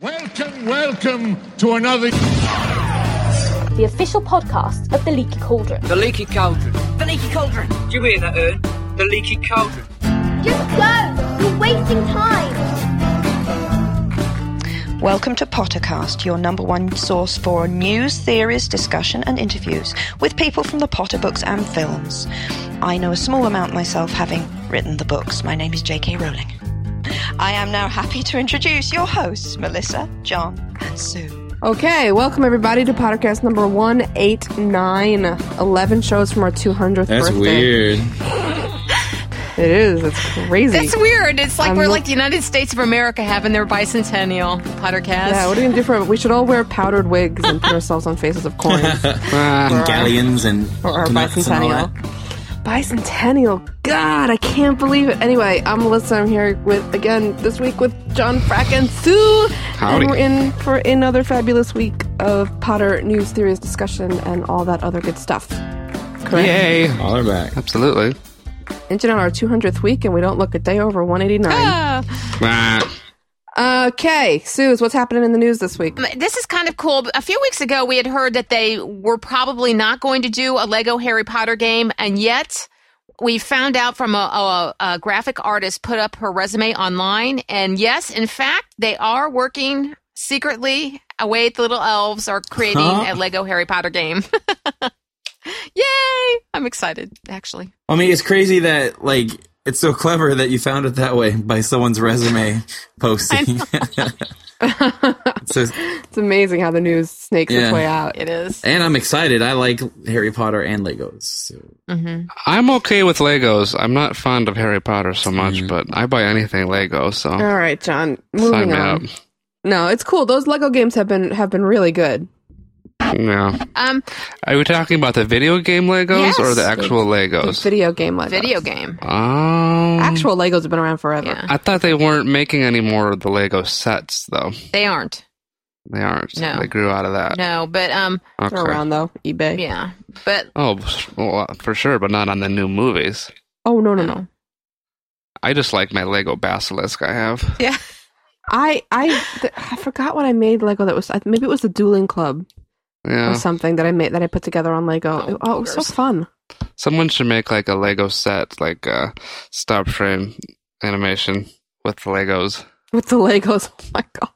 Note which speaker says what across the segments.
Speaker 1: Welcome, welcome to another.
Speaker 2: the official podcast of The Leaky Cauldron.
Speaker 3: The leaky cauldron.
Speaker 4: The leaky cauldron.
Speaker 3: Do you hear that, Ern? The leaky cauldron.
Speaker 5: Just go! You're wasting time!
Speaker 6: Welcome to Pottercast, your number one source for news, theories, discussion, and interviews with people from the Potter books and films. I know a small amount myself, having written the books. My name is J.K. Rowling. I am now happy to introduce your hosts, Melissa, John, and Sue.
Speaker 7: Okay, welcome everybody to podcast number 189. 11 shows from our 200th
Speaker 8: That's
Speaker 7: birthday.
Speaker 8: weird.
Speaker 7: It is. It's crazy.
Speaker 9: That's weird. It's like
Speaker 7: I'm
Speaker 9: we're
Speaker 7: lo-
Speaker 9: like the United States of America having their bicentennial podcast.
Speaker 7: Yeah, what are you gonna do for We should all wear powdered wigs and put ourselves on faces of coins for
Speaker 8: And galleons and
Speaker 7: our
Speaker 8: nuts and all
Speaker 7: bicentennial. Bicentennial. God, I can't believe it. Anyway, I'm Melissa. I'm here with again this week with John Frack and Sue.
Speaker 8: Howdy.
Speaker 7: And we're in for another fabulous week of Potter news, theories, discussion, and all that other good stuff. Correct.
Speaker 8: that. All are back.
Speaker 10: Absolutely.
Speaker 7: Inching on our 200th week, and we don't look a day over 189.
Speaker 9: Uh,
Speaker 10: Ah,
Speaker 7: Okay, Suze, what's happening in the news this week?
Speaker 9: This is kind of cool. A few weeks ago, we had heard that they were probably not going to do a Lego Harry Potter game, and yet we found out from a, a, a graphic artist put up her resume online. And yes, in fact, they are working secretly away at the little elves are creating
Speaker 8: Huh?
Speaker 9: a Lego Harry Potter game. Yay! I'm excited, actually.
Speaker 8: I mean, it's crazy that like it's so clever that you found it that way by someone's resume posting. so,
Speaker 7: It's amazing how the news snakes
Speaker 8: Yeah.
Speaker 7: its way out.
Speaker 9: It is.
Speaker 8: and I'm excited. I like Harry Potter and Legos. So.
Speaker 10: I'm okay with Legos. I'm not fond of Harry Potter so much, but I buy anything Lego, so
Speaker 7: All right, John,
Speaker 10: sign
Speaker 7: moving
Speaker 10: me
Speaker 7: on. No, it's cool. Those Lego games have been have been really good.
Speaker 10: up. No.
Speaker 9: Um,
Speaker 10: Are we talking about the video game Legos
Speaker 9: Yes.
Speaker 10: or the actual Legos?
Speaker 7: Video game Legos.
Speaker 9: video game.
Speaker 10: um,
Speaker 7: Actual Legos have been around forever.
Speaker 9: Yeah.
Speaker 10: I thought they weren't making any more of the Lego sets, though.
Speaker 9: They aren't.
Speaker 10: They aren't.
Speaker 9: No.
Speaker 10: They grew out of that.
Speaker 9: No, but um,
Speaker 10: Okay.
Speaker 7: They're around though. eBay.
Speaker 9: yeah, but
Speaker 10: Oh, well, for sure, but not on the new movies.
Speaker 7: Oh no no no.
Speaker 10: I just like my Lego basilisk I have.
Speaker 9: yeah,
Speaker 7: I I th- I forgot what I made Lego that was I- maybe it was the Dueling Club or
Speaker 10: Yeah.
Speaker 7: something that I made that I put together on Lego.
Speaker 9: Oh,
Speaker 7: It- oh it was so
Speaker 9: boogers.
Speaker 7: fun.
Speaker 10: Someone should make like a Lego set, like a stop frame animation with Legos.
Speaker 7: With the Legos. Oh my god.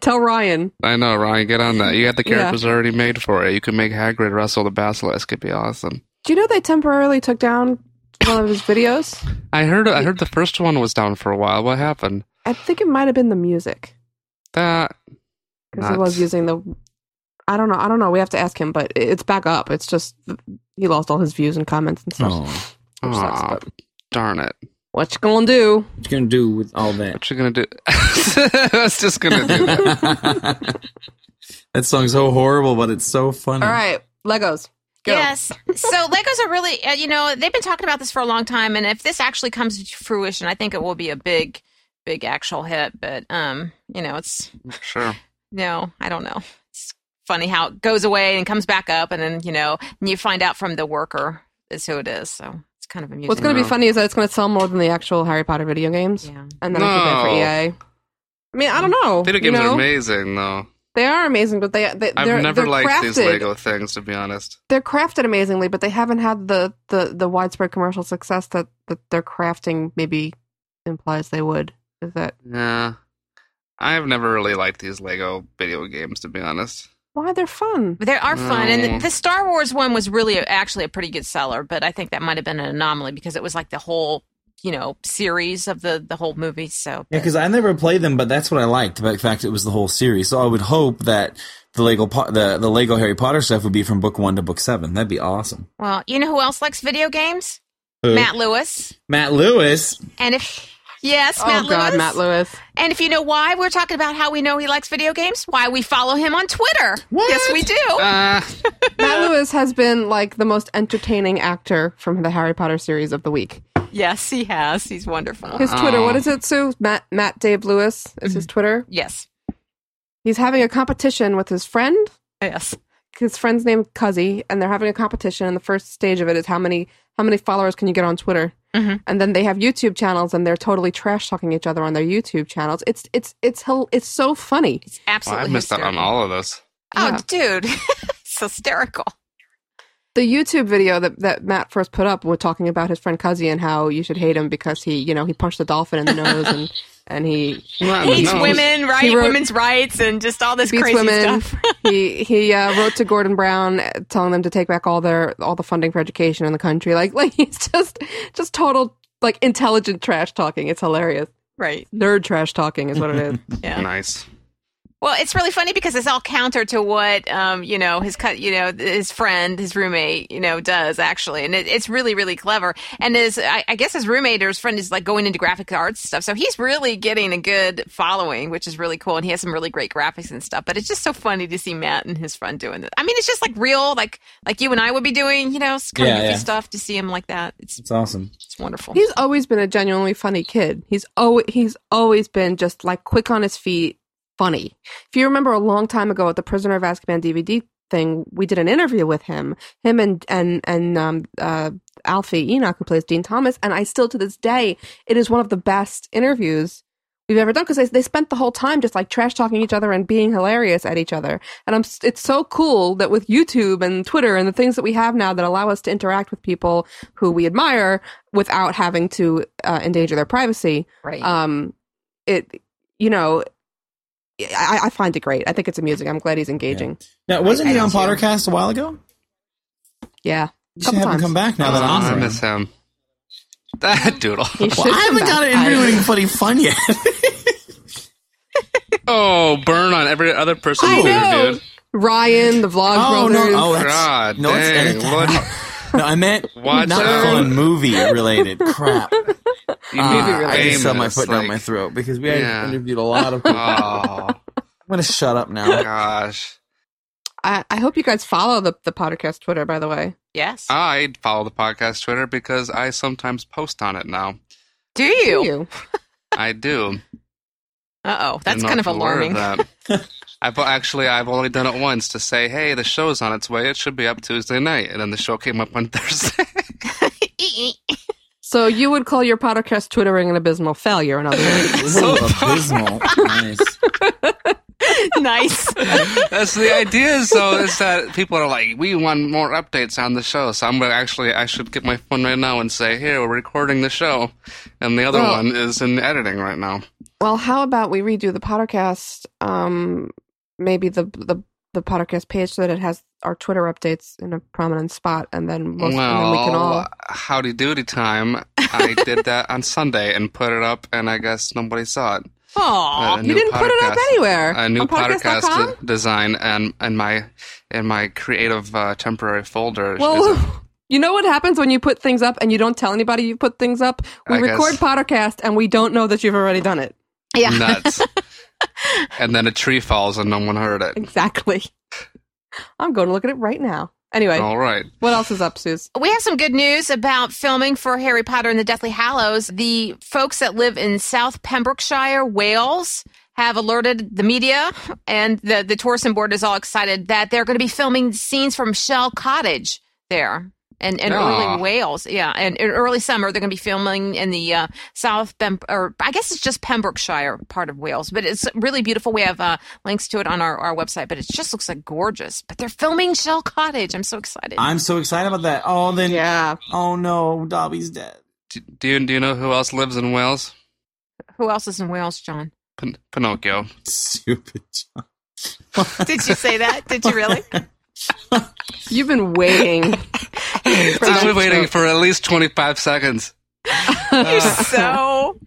Speaker 7: Tell Ryan.
Speaker 10: I know, Ryan. Get on that. You got the
Speaker 7: Yeah.
Speaker 10: characters already made for it. You can make Hagrid wrestle the basilisk. It'd be awesome.
Speaker 7: Do you know they temporarily took down one of his videos?
Speaker 10: I heard. I heard the first one was down for a while. What happened?
Speaker 7: I think it might have been the music
Speaker 10: That
Speaker 7: because he was
Speaker 10: Nuts.
Speaker 7: using the. I don't know. I don't know. We have to ask him, but it- it's back up. It's just he lost all his views and comments and stuff.
Speaker 8: Oh,
Speaker 7: Which sucks,
Speaker 10: Aw,
Speaker 7: but
Speaker 10: darn it.
Speaker 7: what you gonna do?
Speaker 8: what you gonna do with all that?
Speaker 10: What you gonna do? I was just gonna do that.
Speaker 8: that song's so horrible, but it's so funny.
Speaker 10: Hmm.
Speaker 7: All right, Legos. Go.
Speaker 9: yes. so Legos are really, uh, you know, they've been talking about this for a long time, and if this actually comes to fruition, I think it will be a big, big actual hit. But um, you know, it's
Speaker 10: Sure.
Speaker 9: no, I don't know. It's funny how it goes away and comes back up, and then you know, and you find out from the worker is who it is. So it's kind of amusing.
Speaker 7: What's gonna be
Speaker 10: No.
Speaker 7: funny is that it's gonna sell more than the actual Harry Potter video games,
Speaker 9: yeah.
Speaker 7: and then I keep it for
Speaker 10: No.
Speaker 7: EA. I mean, I don't know.
Speaker 10: Video
Speaker 7: you
Speaker 10: games are
Speaker 7: know?
Speaker 10: amazing, though.
Speaker 7: They are amazing, but they, they
Speaker 10: I've
Speaker 7: they're,
Speaker 10: never
Speaker 7: they're
Speaker 10: liked
Speaker 7: crafted.
Speaker 10: these Lego things, to be honest.
Speaker 7: they're crafted amazingly, but they haven't had the the the widespread commercial success that that their crafting maybe implies they would. Is that
Speaker 10: Yeah. I've never really liked these Lego video games, to be honest.
Speaker 7: why they're fun?
Speaker 9: But They are fun,
Speaker 10: Mm.
Speaker 9: and the Star Wars one was really actually a pretty good seller. But I think that might have been an anomaly because it was like the whole, you know, series of the the whole movie. So
Speaker 8: Yeah, because I never played them, but that's what I liked about the fact it was the whole series. So I would hope that the Lego po- the the Lego Harry Potter stuff would be from book one to book seven. That'd be awesome.
Speaker 9: well, you know who else likes video games?
Speaker 8: Who?
Speaker 9: Matt Lewis.
Speaker 8: Matt Lewis.
Speaker 9: And if yes,
Speaker 7: Oh
Speaker 9: Matt
Speaker 7: God,
Speaker 9: Lewis.
Speaker 7: Matt Lewis.
Speaker 9: And if you know why we're talking about how we know he likes video games, why we follow him on Twitter. Yes, we do.
Speaker 10: Ah,
Speaker 7: Matt Lewis has been like the most entertaining actor from the Harry Potter series of the week.
Speaker 9: yes, he has. He's wonderful.
Speaker 7: His Twitter,
Speaker 10: Oh.
Speaker 7: what is it, Sue? Matt Matt Dave Lewis is his Twitter.
Speaker 9: yes,
Speaker 7: He's having a competition with his friend.
Speaker 9: yes.
Speaker 7: His friend's named Cuzzy, and they're having a competition. And the first stage of it is how many how many followers can you get on Twitter?
Speaker 9: Mhm.
Speaker 7: and then they have YouTube channels, and they're totally trash talking each other on their YouTube channels. It's it's it's hel- it's so funny.
Speaker 9: It's
Speaker 10: Well,
Speaker 9: absolutely
Speaker 10: I missed out on
Speaker 9: hysterical.
Speaker 10: all of this.
Speaker 9: Oh, dude. it's hysterical.
Speaker 7: The YouTube video that that Matt first put up, was talking about his friend Cuzzy and how you should hate him because he you know he punched the dolphin in the nose and and he
Speaker 10: Not in the
Speaker 9: Hates
Speaker 10: nose.
Speaker 9: women, right?
Speaker 7: wrote-
Speaker 9: Women's rights and just all this
Speaker 7: beats
Speaker 9: crazy
Speaker 7: women.
Speaker 9: stuff.
Speaker 7: he he uh, wrote to Gordon Brown uh, telling them to take back all their all the funding for education in the country. Like like he's just just total like intelligent trash talking. It's hilarious.
Speaker 9: Right.
Speaker 7: Nerd trash talking is what it is.
Speaker 9: Yeah.
Speaker 10: Nice.
Speaker 9: Well, it's really funny because it's all counter to what um, you know his cut, you know his friend, his roommate, you know does actually, and it, it's really really clever. And his, I, I guess his roommate or his friend is like going into graphic arts stuff, so he's really getting a good following, which is really cool. And he has some really great graphics and stuff. But it's just so funny to see Matt and his friend doing this. I mean, it's just like real, like like you and I would be doing, you know, kind
Speaker 8: Yeah,
Speaker 9: of goofy
Speaker 8: yeah.
Speaker 9: stuff. To see him like that, it's
Speaker 8: It's awesome.
Speaker 9: it's wonderful.
Speaker 7: He's always been a genuinely funny kid. He's always he's always been just like quick on his feet, funny. If you remember a long time ago at the Prisoner of Azkaban DVD thing, we did an interview with him, him and and and um, uh, Alfie Enoch who plays Dean Thomas, and I still to this day it is one of the best interviews we've ever done because they, they spent the whole time just like trash talking each other and being hilarious at each other. And I'm s- it's so cool that with YouTube and Twitter and the things that we have now that allow us to interact with people who we admire without having to uh, endanger their privacy.
Speaker 9: right.
Speaker 7: Um, it you know, I, I find it great. I think it's amusing. I'm glad he's engaging.
Speaker 8: Now, wasn't he
Speaker 7: I
Speaker 8: on
Speaker 7: don't see
Speaker 8: Pottercast a while ago?
Speaker 7: Yeah,
Speaker 8: You should
Speaker 7: couple
Speaker 8: have him
Speaker 7: times.
Speaker 8: come back now that
Speaker 10: Oh,
Speaker 8: I'm
Speaker 10: I
Speaker 8: on.
Speaker 10: miss him. That doodle.
Speaker 7: He should
Speaker 8: Well, I
Speaker 7: come
Speaker 8: haven't
Speaker 7: back.
Speaker 8: got it in
Speaker 7: I-
Speaker 8: really funny fun yet.
Speaker 10: Oh, burn on every other person
Speaker 7: I
Speaker 10: you
Speaker 7: know.
Speaker 10: interviewed.
Speaker 7: Ryan, the Vlog
Speaker 8: oh no!
Speaker 7: Brothers.
Speaker 8: Oh, that's,
Speaker 10: God
Speaker 8: no, it's
Speaker 10: dang,
Speaker 8: edit that
Speaker 10: what-
Speaker 8: out. No, I meant
Speaker 10: Watch
Speaker 8: not
Speaker 10: out.
Speaker 8: fun movie related crap.
Speaker 10: You
Speaker 8: Uh,
Speaker 10: need to
Speaker 8: I
Speaker 10: name
Speaker 8: just saw my
Speaker 10: this,
Speaker 8: foot down
Speaker 10: like-
Speaker 8: my throat because we
Speaker 10: Yeah.
Speaker 8: interviewed a lot of people.
Speaker 10: Oh
Speaker 8: I'm gonna shut up now.
Speaker 10: gosh,
Speaker 7: I, I hope you guys follow the the podcast Twitter. By the way,
Speaker 9: yes.
Speaker 10: I follow the podcast Twitter because I sometimes post on it now.
Speaker 9: Do you?
Speaker 7: you.
Speaker 10: I do.
Speaker 9: Uh oh, that's
Speaker 10: Did not
Speaker 9: kind of
Speaker 10: feel aware
Speaker 9: alarming.
Speaker 10: that. I've actually I've only done it once to say, hey, the show's on its way. It should be up Tuesday night, and then the show came up on Thursday.
Speaker 7: So you would call your podcast twittering an abysmal failure? In other words,
Speaker 8: Ooh, abysmal. Nice.
Speaker 9: nice.
Speaker 10: That's the idea. So is that people are like, we want more updates on the show. So I'm gonna actually I should get my phone right now and say, here we're recording the show, and the other
Speaker 7: Well-
Speaker 10: one is in editing right now.
Speaker 7: well, how about we redo the podcast? Um, maybe the the the podcast page so that it has our Twitter updates in a prominent spot, and then most, and then we can all.
Speaker 10: Well, howdy doody time. I did that on Sunday and put it up, and I guess nobody saw it.
Speaker 9: Aw.
Speaker 10: A
Speaker 7: You
Speaker 10: new
Speaker 7: didn't put it up
Speaker 10: podcast-
Speaker 7: anywhere.
Speaker 10: A new
Speaker 7: On podcast.com?
Speaker 10: podcast de- design and and my and my creative uh, temporary folder. is-
Speaker 7: Well, you know what happens when you put things up and you don't tell anybody you put things up? We
Speaker 10: I guess-
Speaker 7: record podcast and we don't know that you've already done it.
Speaker 9: Yeah.
Speaker 10: nuts. and then a tree falls and no one heard it.
Speaker 7: Exactly. I'm going to look at it right now. Anyway,
Speaker 10: All right.
Speaker 7: what else is up, Suze?
Speaker 9: We have some good news about filming for Harry Potter and the Deathly Hallows. The folks that live in South Pembrokeshire, Wales, have alerted the media, and the, the tourism board is all excited that they're going to be filming scenes from Shell Cottage there. And, and
Speaker 10: Aw.
Speaker 9: early Wales, yeah, and in early summer they're going to be filming in the uh, South, Pem- or I guess it's just Pembrokeshire part of Wales, but it's really beautiful. We have uh, links to it on our, our website, but it just looks like gorgeous. But they're filming Shell Cottage. I'm so excited.
Speaker 8: I'm so excited about that. Oh, then.
Speaker 7: Yeah.
Speaker 8: Oh no, Dobby's dead.
Speaker 10: Do, do you do you know who else lives in Wales?
Speaker 9: Who else is in Wales, John?
Speaker 10: Pin- Pinocchio.
Speaker 8: Stupid. John.
Speaker 9: Did you say that? Did you really?
Speaker 7: You've been waiting.
Speaker 10: I've been waiting for at least twenty five seconds.
Speaker 9: You're so.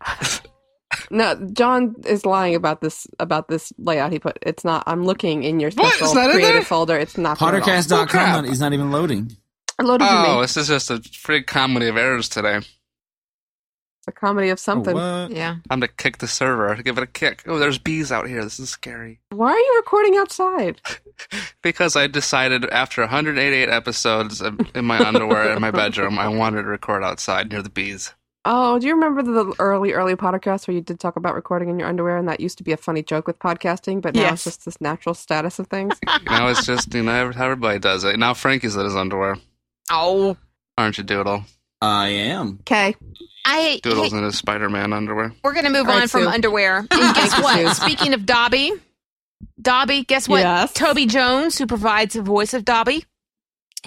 Speaker 7: No, John is lying about this about this layout he put. It's not. I'm looking in your
Speaker 10: What? It's
Speaker 7: special
Speaker 10: not in
Speaker 7: creative
Speaker 10: there?
Speaker 7: folder. It's not there at all.
Speaker 10: Oh, crap.
Speaker 8: Pottercast.com is not even loading.
Speaker 7: I loaded you,
Speaker 10: Oh,
Speaker 7: mate.
Speaker 10: this is just a freak comedy of errors today.
Speaker 7: It's a comedy of something.
Speaker 8: What?
Speaker 9: Yeah.
Speaker 10: Time to kick the server. Give it a kick. Oh, there's bees out here. This is scary.
Speaker 7: Why are you recording outside?
Speaker 10: Because I decided after 188 episodes of- in my underwear in my bedroom, I wanted to record outside near the bees.
Speaker 7: Oh, do you remember the early, early podcast where you did talk about recording in your underwear, and that used to be a funny joke with podcasting, but now
Speaker 9: Yes.
Speaker 7: it's just this natural status of things.
Speaker 10: Now it's just, you know, every- everybody does it. Now Frankie's in his underwear.
Speaker 9: Oh.
Speaker 10: Aren't you, Doodle?
Speaker 8: I am.
Speaker 7: Okay.
Speaker 9: I
Speaker 10: Doodles
Speaker 9: hey,
Speaker 10: in his Spider-Man underwear.
Speaker 9: we're gonna move
Speaker 7: All right,
Speaker 9: on from
Speaker 7: Sue.
Speaker 9: underwear. And guess
Speaker 7: Sue.
Speaker 9: what? Speaking of Dobby, Dobby, guess what?
Speaker 7: Yes.
Speaker 9: Toby Jones, who provides the voice of Dobby,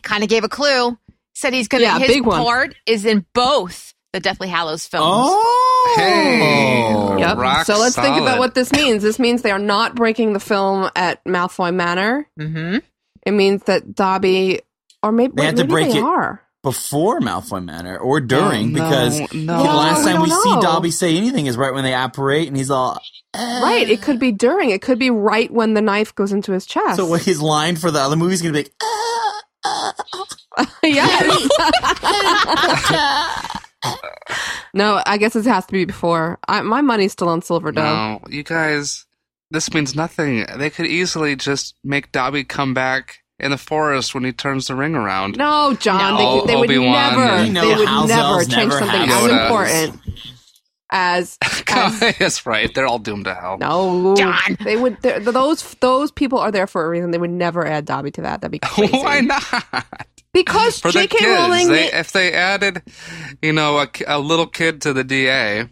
Speaker 9: kind of gave a clue. Said he's gonna
Speaker 7: Yeah,
Speaker 9: his
Speaker 7: big one.
Speaker 9: part is in both the Deathly Hallows films.
Speaker 8: Oh,
Speaker 10: Hey.
Speaker 7: Yep.
Speaker 10: Rock
Speaker 7: so let's think about
Speaker 10: solid.
Speaker 7: what this means. This means they are not breaking the film at Malfoy Manor.
Speaker 9: Mm-hmm.
Speaker 7: It means that Dobby, or maybe
Speaker 8: They had
Speaker 7: wait,
Speaker 8: to
Speaker 7: maybe
Speaker 8: break
Speaker 7: they
Speaker 8: it.
Speaker 7: are.
Speaker 8: before Malfoy Manor or during
Speaker 10: no,
Speaker 8: because
Speaker 10: no.
Speaker 8: the
Speaker 10: No,
Speaker 8: last
Speaker 7: we
Speaker 8: time we
Speaker 7: don't
Speaker 8: see
Speaker 7: know.
Speaker 8: Dobby say anything is right when they operate, and he's all "Eh."
Speaker 7: Right. It could be during. It could be right when the knife goes into his chest.
Speaker 8: So what his line for the other movie is going to be like, "Ah,
Speaker 7: yes. no, I guess it has to be before. I, my money's still on Silver Dove.
Speaker 10: No, "Oh, you guys, this means nothing. They could easily just make Dobby come back in the forest when he turns the ring around.
Speaker 7: No, John,
Speaker 10: No,
Speaker 7: they, they would
Speaker 10: Obi-Wan
Speaker 7: never,
Speaker 10: and-
Speaker 8: We
Speaker 7: they
Speaker 8: know
Speaker 7: would
Speaker 8: Hal's
Speaker 7: never
Speaker 8: elves
Speaker 7: change
Speaker 8: never
Speaker 7: something
Speaker 8: have
Speaker 7: as
Speaker 10: Yodas.
Speaker 7: important as, as
Speaker 10: That's right. They're all doomed to hell.
Speaker 7: no
Speaker 9: John.
Speaker 7: They would they're- those those people are there for a reason. They would never add Dobby to that. That'd be crazy.
Speaker 10: Why not?
Speaker 8: "Eh."
Speaker 7: Because
Speaker 10: For the
Speaker 7: J.K.
Speaker 10: kids,
Speaker 7: Rowling,
Speaker 10: they, eh, if they added, you know, a, ki- a little kid to the DA,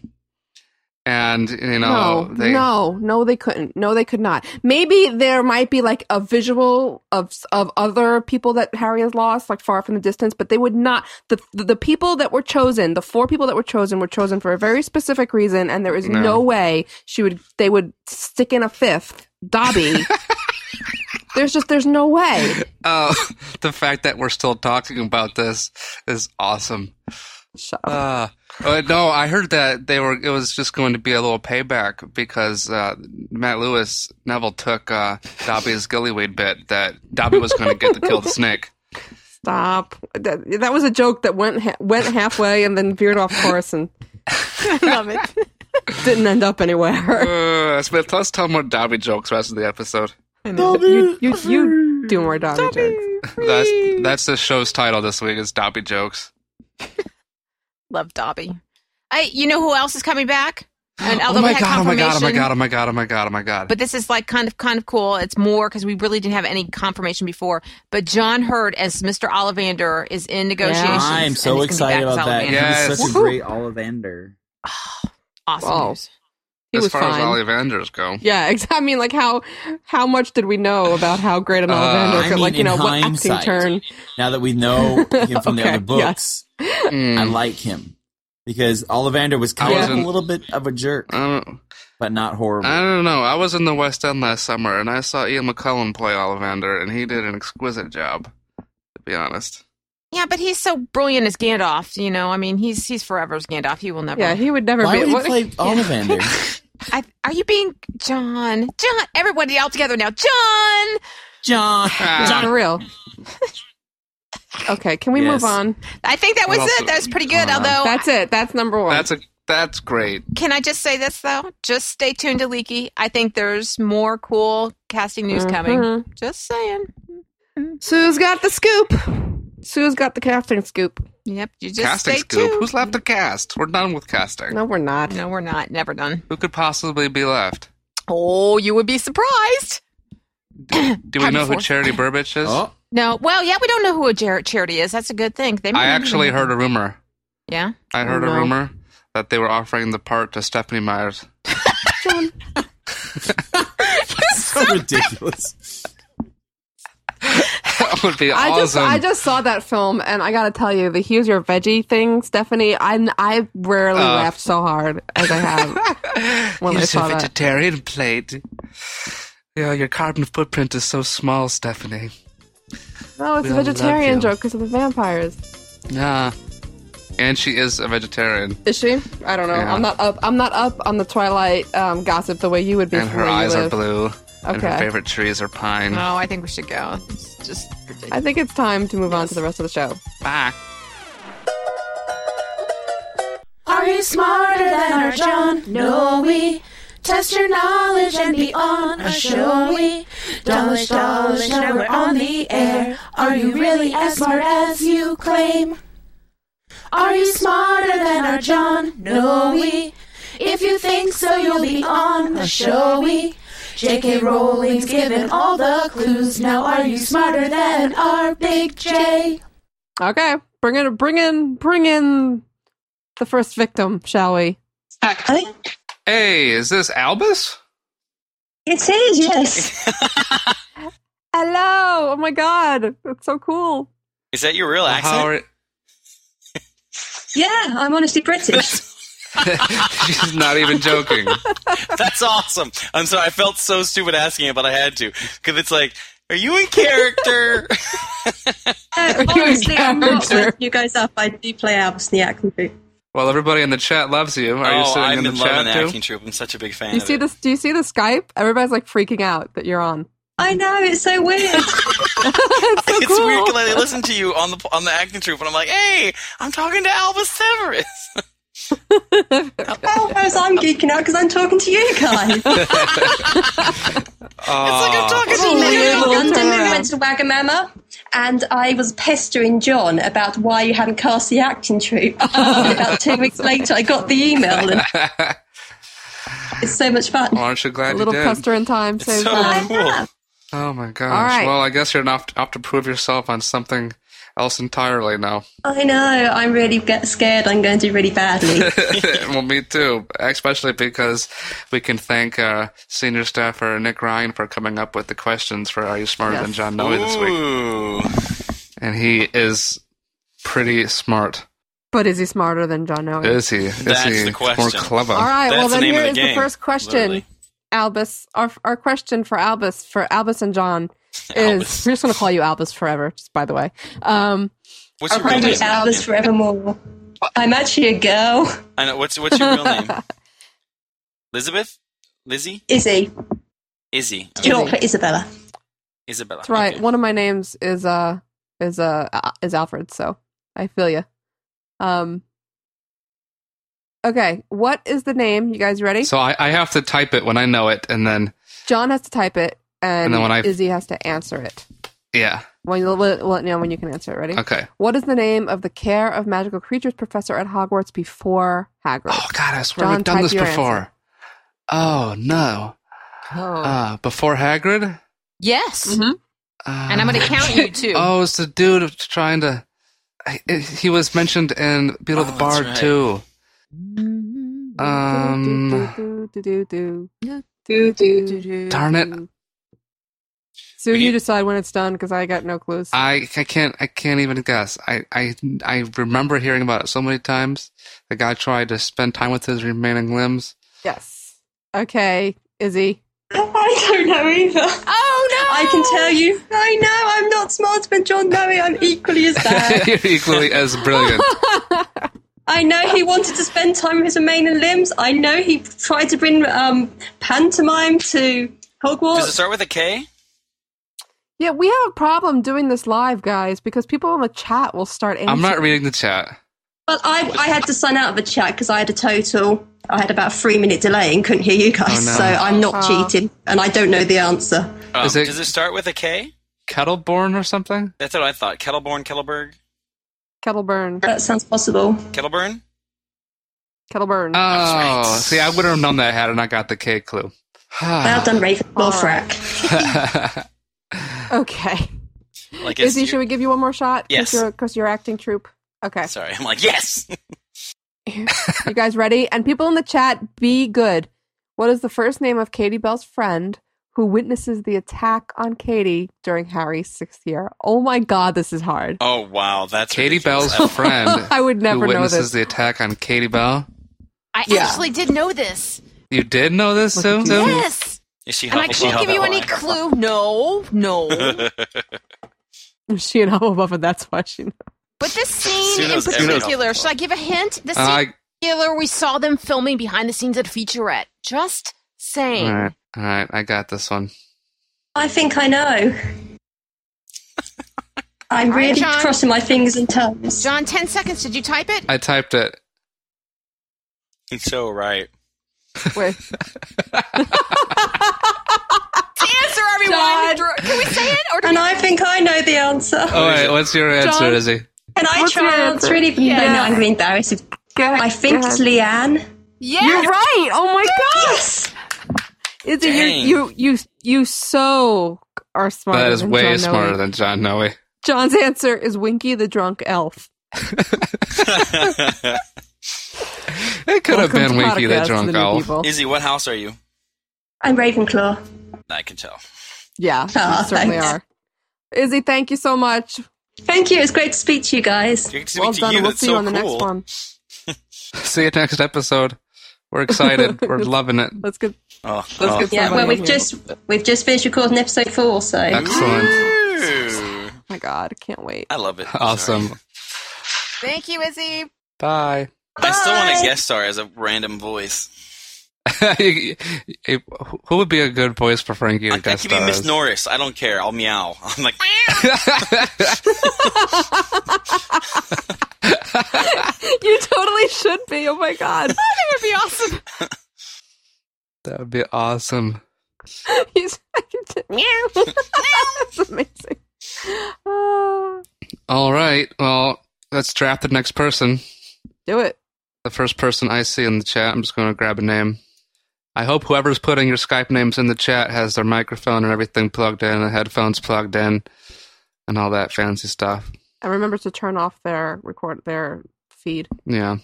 Speaker 10: and you know,
Speaker 7: no,
Speaker 10: they,
Speaker 7: no, no, they couldn't. No, they could not. Maybe there might be like a visual of of other people that Harry has lost, like far from the distance, but they would not. The the people that were chosen, the four people that were chosen, were chosen for a very specific reason, and there is no,
Speaker 10: No.
Speaker 7: way she would. They would stick in a fifth, Dobby. there's just there's no way.
Speaker 10: Oh, the fact that we're still talking about this is awesome.
Speaker 7: Shut up.
Speaker 10: Uh, uh, no, I heard that they were. It was just going to be a little payback because uh, Matt Lewis Neville took uh, Dobby's gillyweed bit that Dobby was going to get to kill the snake.
Speaker 7: Stop. That, that was a joke that went ha- went halfway and then veered off course and
Speaker 9: Love it.
Speaker 7: didn't end up anywhere.
Speaker 10: Uh, Smith, let's tell more Dobby jokes rest of the episode.
Speaker 7: you, you, you do more Dobby jokes.
Speaker 10: That's that's the show's title this week is Dobby jokes.
Speaker 9: Love Dobby. I, you know who else is coming back? And although
Speaker 10: oh my
Speaker 9: we had
Speaker 10: god! Oh my god! Oh my
Speaker 9: confirmation-
Speaker 10: god! Oh my god! Oh my god! Oh my god!
Speaker 9: But this is like kind of kind of cool. It's more because we really didn't have any confirmation before. But John Hurd as Mr. Ollivander is in negotiations.
Speaker 7: Yeah.
Speaker 8: I'm
Speaker 9: and
Speaker 8: so
Speaker 9: he's gonna be
Speaker 8: excited
Speaker 9: back as
Speaker 8: about that.
Speaker 9: Ollivander.
Speaker 10: Yes.
Speaker 8: He was such a
Speaker 7: Woohoo.
Speaker 8: great Ollivander.
Speaker 9: Awesome
Speaker 7: Wow.
Speaker 9: news.
Speaker 7: He
Speaker 10: as
Speaker 7: was
Speaker 10: far as
Speaker 7: fine.
Speaker 10: Ollivanders go,
Speaker 7: yeah, ex- I mean, like how how much did we know about how great an
Speaker 10: Uh,
Speaker 7: Ollivander
Speaker 8: I
Speaker 7: could, like
Speaker 8: mean,
Speaker 7: you know,
Speaker 8: in
Speaker 7: what acting
Speaker 8: hindsight.
Speaker 7: turn?
Speaker 8: Now that we know him from the
Speaker 7: Okay,
Speaker 8: other books,
Speaker 10: Mm.
Speaker 8: I like him because Ollivander was kind of
Speaker 10: I
Speaker 8: a
Speaker 10: wasn't-
Speaker 8: little bit of a jerk,
Speaker 10: I don't-
Speaker 8: but not horrible.
Speaker 10: Uh, I don't know. I was in the West End last summer, and I saw Ian McCullen play Ollivander, and he did an exquisite job. To be honest,
Speaker 9: Yeah, but he's so brilliant as Gandalf. You know, I mean, he's he's forever's Gandalf. He will never.
Speaker 7: Yeah, he would never
Speaker 8: Why
Speaker 7: be.
Speaker 8: would he
Speaker 7: what-
Speaker 8: play Ollivander?
Speaker 9: I, are you being John? John, everybody all together now. John.
Speaker 8: John.
Speaker 7: yeah, for real. Okay, can we
Speaker 8: Yes.
Speaker 7: move on?
Speaker 9: I think that was
Speaker 10: What else
Speaker 9: it. That
Speaker 10: is-
Speaker 9: was pretty good.
Speaker 10: Uh,
Speaker 9: although,
Speaker 7: That's it. That's number one.
Speaker 10: that's a that's great.
Speaker 9: can I just say this though? Just stay tuned to Leaky. I think there's more cool casting news coming.
Speaker 7: Mhm.
Speaker 9: Just saying.
Speaker 7: Sue's got the scoop. Sue's got the casting scoop.
Speaker 9: Yep, you just
Speaker 10: casting
Speaker 9: stay
Speaker 10: scoop.
Speaker 9: tuned.
Speaker 10: Who's left to cast? We're done with casting.
Speaker 7: No, we're not.
Speaker 9: No, we're not. Never done.
Speaker 10: Who could possibly be left?
Speaker 9: Oh, you would be surprised.
Speaker 10: Do we
Speaker 9: Had
Speaker 10: know who
Speaker 9: before.
Speaker 10: Charity Burbage is?
Speaker 8: Oh,
Speaker 9: No, well, yeah, we don't know who a Jar- charity is. That's a good thing. They might
Speaker 10: I
Speaker 9: not
Speaker 10: actually
Speaker 9: even-
Speaker 10: heard a rumor.
Speaker 9: Yeah.
Speaker 10: I heard
Speaker 7: no.
Speaker 10: a rumor that they were offering the part to Stephanie Myers.
Speaker 8: so ridiculous.
Speaker 10: That would be
Speaker 7: I
Speaker 10: awesome.
Speaker 7: just I just saw that film and I gotta tell you the here's your veggie thing, Stephanie. I I rarely laughed so hard as I have when I
Speaker 10: Use your
Speaker 7: saw that.
Speaker 10: vegetarian plate. Yeah, your carbon footprint is so small, Stephanie.
Speaker 7: No, it's
Speaker 10: We
Speaker 7: a
Speaker 10: all love
Speaker 7: vegetarian
Speaker 10: you.
Speaker 7: joke because of the vampires.
Speaker 10: Yeah. And she is a vegetarian.
Speaker 7: Is she? I don't know.
Speaker 10: Yeah.
Speaker 7: I'm not up. I'm not up on the Twilight um, gossip the way you would be.
Speaker 10: And
Speaker 7: from
Speaker 10: her
Speaker 7: where you
Speaker 10: eyes are
Speaker 7: live.
Speaker 10: blue. And her
Speaker 7: Okay.
Speaker 10: favorite trees are pine.
Speaker 9: No, Oh, I think we should go. It's just ridiculous.
Speaker 7: I think it's time to move on to the rest of the show.
Speaker 10: Bye.
Speaker 4: Are you smarter than our John? No, we test your knowledge and be on our show. We dollish, dollish, now we're on the air. Are you really as smart as you claim? Are you smarter than our John? No, we. If you think so, you'll be on the show. We J.K. Rowling's given all the clues. Now, are you smarter than our Big J?
Speaker 7: Okay. Bring in, bring in, bring in the first victim, shall we?
Speaker 6: I think
Speaker 10: Hey, is this Albus?
Speaker 6: it is, yes.
Speaker 7: Hello! Oh my god, that's so cool.
Speaker 11: Is that your real
Speaker 10: How
Speaker 11: accent?
Speaker 10: are
Speaker 6: yeah, I'm honestly British.
Speaker 10: She's not even joking.
Speaker 11: That's awesome. I'm sorry. I felt so stupid asking it, but I had to because it's like, are you in character?
Speaker 7: Honestly, I'm not.
Speaker 6: you guys up, I do play Albus in the acting group.
Speaker 10: Well, everybody in the chat loves you. Are you
Speaker 11: oh,
Speaker 10: sitting
Speaker 11: I'm
Speaker 10: in the
Speaker 11: love with
Speaker 10: chat
Speaker 11: the
Speaker 10: too?
Speaker 11: acting troupe. I'm such a big fan.
Speaker 7: Do you
Speaker 11: of
Speaker 7: see
Speaker 11: it.
Speaker 7: this? Do you see the Skype? Everybody's like freaking out that you're on.
Speaker 6: I know, it's so weird.
Speaker 7: it's so
Speaker 11: It's
Speaker 7: cool.
Speaker 11: weird because I listen to you on the on the acting troupe, and I'm like, hey, I'm talking to Albus Severus.
Speaker 6: Whereas Oh, I'm geeking out because I'm talking to you guys.
Speaker 11: it's like I'm talking to
Speaker 7: Oh,
Speaker 11: you.
Speaker 7: yeah.
Speaker 6: London we
Speaker 7: turnaround.
Speaker 6: went to Wagamama, and I was pestering John about why you hadn't cast the acting troupe. And about two weeks later, I got the email, and it's so much fun.
Speaker 10: Well, aren't you glad
Speaker 7: A little
Speaker 10: you did?
Speaker 7: pester in time saves
Speaker 11: so
Speaker 7: lives.
Speaker 11: cool.
Speaker 10: Oh my gosh.
Speaker 7: All right.
Speaker 10: Well, I guess you're off, off to prove yourself on something else entirely now.
Speaker 6: I know. I'm really get scared. I'm going to do really badly.
Speaker 10: well, me too. Especially because we can thank uh, senior staffer Nick Ryan for coming up with the questions for Are You Smarter Than
Speaker 7: Yes.
Speaker 10: John Noe this week.
Speaker 11: Ooh.
Speaker 10: And he is pretty smart.
Speaker 7: But is he smarter than John Noe?
Speaker 10: Is he? Is
Speaker 11: That's
Speaker 10: he
Speaker 11: the question.
Speaker 10: more clever?
Speaker 7: All right.
Speaker 11: That's
Speaker 7: well,
Speaker 11: the
Speaker 7: then
Speaker 11: name
Speaker 7: here
Speaker 11: of
Speaker 7: is
Speaker 11: the
Speaker 7: the
Speaker 11: game,
Speaker 7: first question,
Speaker 11: literally.
Speaker 7: Albus. Our our question for Albus for Albus and John is
Speaker 11: Albus.
Speaker 7: we're just going to call you Albus forever. Just by the way, um,
Speaker 11: What's your real
Speaker 6: I'll be
Speaker 11: name?
Speaker 6: Albus forevermore. I'm actually a girl.
Speaker 11: I know. What's what's your real name? Elizabeth, Lizzie,
Speaker 6: Izzy.
Speaker 11: Izzy, Okay.
Speaker 6: Short for Isabella.
Speaker 11: Isabella.
Speaker 7: that's right.
Speaker 11: Okay.
Speaker 7: One of my names is uh is uh uh, is Alfred. So I feel you. Um. Okay, what is the name? You guys ready?
Speaker 10: So I, I have to type it when I know it, and then
Speaker 7: John has to type it, and,
Speaker 10: And then when I-
Speaker 7: Izzy has to answer it.
Speaker 10: yeah,
Speaker 7: When you let, let me know when you can answer it. Ready?
Speaker 10: okay.
Speaker 7: What is the name of the Care of Magical Creatures professor at Hogwarts before Hagrid?
Speaker 10: Oh God, I swear
Speaker 7: John,
Speaker 10: we've done
Speaker 7: type
Speaker 10: this
Speaker 7: your
Speaker 10: before.
Speaker 7: answer.
Speaker 10: Oh no, uh, before Hagrid. Uh,
Speaker 9: Yes.
Speaker 12: Mm-hmm.
Speaker 9: And I'm going to count you too.
Speaker 10: Oh, it's the dude who's trying to. I- I- He was mentioned in Beetle the
Speaker 11: Oh,
Speaker 10: Bard
Speaker 11: that's right.
Speaker 10: too. Um,
Speaker 7: Do, do, do, do, do,
Speaker 9: do,
Speaker 7: do, do,
Speaker 10: Darn it.
Speaker 7: do. So you decide when it's done because I got no clues.
Speaker 10: I I can't I can't even guess. I I I remember hearing about it so many times. The guy tried to spend time with his remaining limbs.
Speaker 7: yes. Okay, Izzy.
Speaker 6: I don't know either.
Speaker 9: Oh,
Speaker 6: I can tell you. I know I'm not smarter than John Murray. I'm equally as bad.
Speaker 10: You're equally as brilliant.
Speaker 6: I know he wanted to spend time with his remaining limbs. I know he tried to bring um, pantomime to
Speaker 11: Does it
Speaker 6: Hogwarts.
Speaker 11: start with a K?
Speaker 7: Yeah, we have a problem doing this live, guys, because people in the chat will start.
Speaker 10: I'm not
Speaker 7: answering.
Speaker 10: reading the chat.
Speaker 6: Well, I, I had to sign out of the chat because I had a total. I had about a three minute delay and couldn't hear you guys,
Speaker 10: Oh, no.
Speaker 6: so I'm not
Speaker 7: Oh.
Speaker 6: cheating and I don't know the answer.
Speaker 11: Um,
Speaker 10: Is it-
Speaker 11: does it start with a K?
Speaker 10: Kettleborn or something?
Speaker 11: That's what I thought. Kettleborn, Kettleberg,
Speaker 7: Kettleburn.
Speaker 6: That sounds possible.
Speaker 11: Kettleburn.
Speaker 7: Kettleburn.
Speaker 10: Oh,
Speaker 11: right.
Speaker 10: see, I would have known that had I not got the K clue.
Speaker 6: Well done, Ravenclaw
Speaker 7: All right.
Speaker 6: Frack.
Speaker 7: okay.
Speaker 11: Like it's
Speaker 7: Izzy, should we give you one more shot?
Speaker 11: Yes.
Speaker 7: Because you're, acting troupe. Okay.
Speaker 11: Sorry, I'm like yes.
Speaker 7: You guys ready? And people in the chat, be good. What is the first name of Katie Bell's friend who witnesses the attack on Katie during Harry's sixth year? Oh my God, this is hard.
Speaker 11: Oh wow, that's
Speaker 10: Katie
Speaker 11: ridiculous.
Speaker 10: Bell's friend.
Speaker 7: I would never
Speaker 10: who
Speaker 7: know
Speaker 10: witnesses
Speaker 7: this.
Speaker 10: the attack on Katie Bell.
Speaker 9: I
Speaker 7: Yeah.
Speaker 9: actually did know this.
Speaker 10: You did know this,
Speaker 7: Look at
Speaker 10: Sue?
Speaker 7: you.
Speaker 10: Sue?
Speaker 9: Yes.
Speaker 11: Is she
Speaker 9: And I
Speaker 11: Hufflepuff?
Speaker 9: can't give you any clue. No, no.
Speaker 7: She and Hufflepuff, and that's why she knows.
Speaker 9: But this
Speaker 11: Sue
Speaker 9: scene in
Speaker 11: knows everything.
Speaker 9: particular, should I give a hint? This scene
Speaker 10: Uh,
Speaker 9: in particular, we saw them filming behind the scenes at a featurette. Just saying.
Speaker 10: all right, all right, I got this one.
Speaker 6: I think I know. I'm
Speaker 9: right,
Speaker 6: really
Speaker 9: John.
Speaker 6: crossing my fingers and toes.
Speaker 9: John, 10 seconds. Did you type it?
Speaker 10: I typed it.
Speaker 11: so right.
Speaker 7: Wait.
Speaker 9: To answer
Speaker 7: John.
Speaker 9: everyone. Dr- Can we say it? Or do
Speaker 6: And I think I know the answer.
Speaker 10: All right, Oh, what's your answer,
Speaker 7: John?
Speaker 10: Izzy?
Speaker 6: Can I
Speaker 7: What's your
Speaker 6: try and
Speaker 7: answer?
Speaker 6: answer it even though
Speaker 7: Yeah.
Speaker 6: now I'm being embarrassed? if- I think it's Leanne.
Speaker 9: yeah.
Speaker 7: You're right. Oh my God.
Speaker 6: Yes!
Speaker 7: Izzy,
Speaker 11: Dang.
Speaker 7: you, you, you, you so are smarter
Speaker 10: That is
Speaker 7: than
Speaker 10: way
Speaker 7: John Noe.
Speaker 10: smarter than John Noe.
Speaker 7: John's answer is Winky the Drunk Elf.
Speaker 10: It could have been
Speaker 11: Welcome to
Speaker 10: Winky
Speaker 11: Podcast,
Speaker 10: the
Speaker 11: the
Speaker 10: Drunk
Speaker 11: new
Speaker 10: Owl.
Speaker 11: people. Izzy, what house are you?
Speaker 7: I'm Ravenclaw.
Speaker 11: I can tell.
Speaker 7: Yeah,
Speaker 13: Aw,
Speaker 7: you certainly
Speaker 13: thanks.
Speaker 7: are. Izzy, thank you so much.
Speaker 13: Thank you. It's great to speak to you guys.
Speaker 11: Great to
Speaker 7: Well done. We'll see you on the next one.
Speaker 10: See you next episode. We're excited. We're loving it.
Speaker 7: Let's get.
Speaker 11: Oh,
Speaker 10: oh.
Speaker 13: yeah, well, we've just we've just finished recording episode four, so
Speaker 10: Excellent.
Speaker 7: Oh my god, I can't wait.
Speaker 11: I love it.
Speaker 10: Awesome.
Speaker 9: Thank you, Izzy.
Speaker 10: Bye.
Speaker 11: I still want a guest star as a random voice.
Speaker 10: You- you- Who would be a good voice for Frankie to
Speaker 11: That
Speaker 10: guest
Speaker 11: could be Miss
Speaker 10: stars?
Speaker 11: Norris. I don't care. I'll meow. I'm like,
Speaker 7: you totally should be. Oh my god,
Speaker 9: that would be awesome.
Speaker 10: That would be awesome.
Speaker 7: He's That's amazing. Ah,
Speaker 10: All right. Well, let's draft the next person.
Speaker 7: do it.
Speaker 10: The first person I see in the chat, I'm just going to grab a name. I hope whoever's putting your Skype names in the chat has their microphone and everything plugged in, and headphones plugged in, and all that fancy stuff.
Speaker 7: And remember to turn off their record their feed.
Speaker 10: Yeah.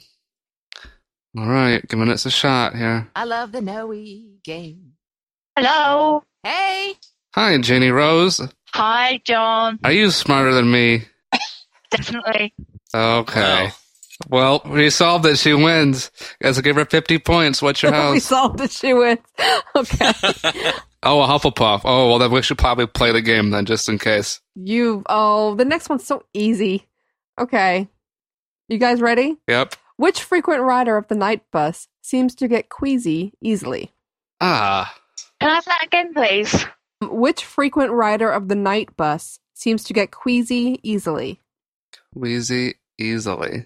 Speaker 10: All right, giving us a shot here.
Speaker 9: I love the Noe game.
Speaker 12: Hello.
Speaker 9: Hey.
Speaker 10: Hi, Jenny Rose.
Speaker 12: Hi, John.
Speaker 10: Are you smarter than me?
Speaker 12: Definitely.
Speaker 10: Okay. Well, we solved that she wins. Guys, give her 50 points. What's your
Speaker 7: we
Speaker 10: house?
Speaker 7: solved it. She wins. Okay,
Speaker 10: oh, a Hufflepuff. Oh, well, then we should probably play the game then, just in case.
Speaker 7: you. Oh, the next one's so easy. Okay, you guys ready?
Speaker 10: Yep.
Speaker 7: Which frequent rider of the night bus seems to get queasy easily?
Speaker 10: Ah.
Speaker 12: Can I have that again, please?
Speaker 7: Which frequent rider of the night bus seems to get queasy easily?
Speaker 10: Wheezy easily.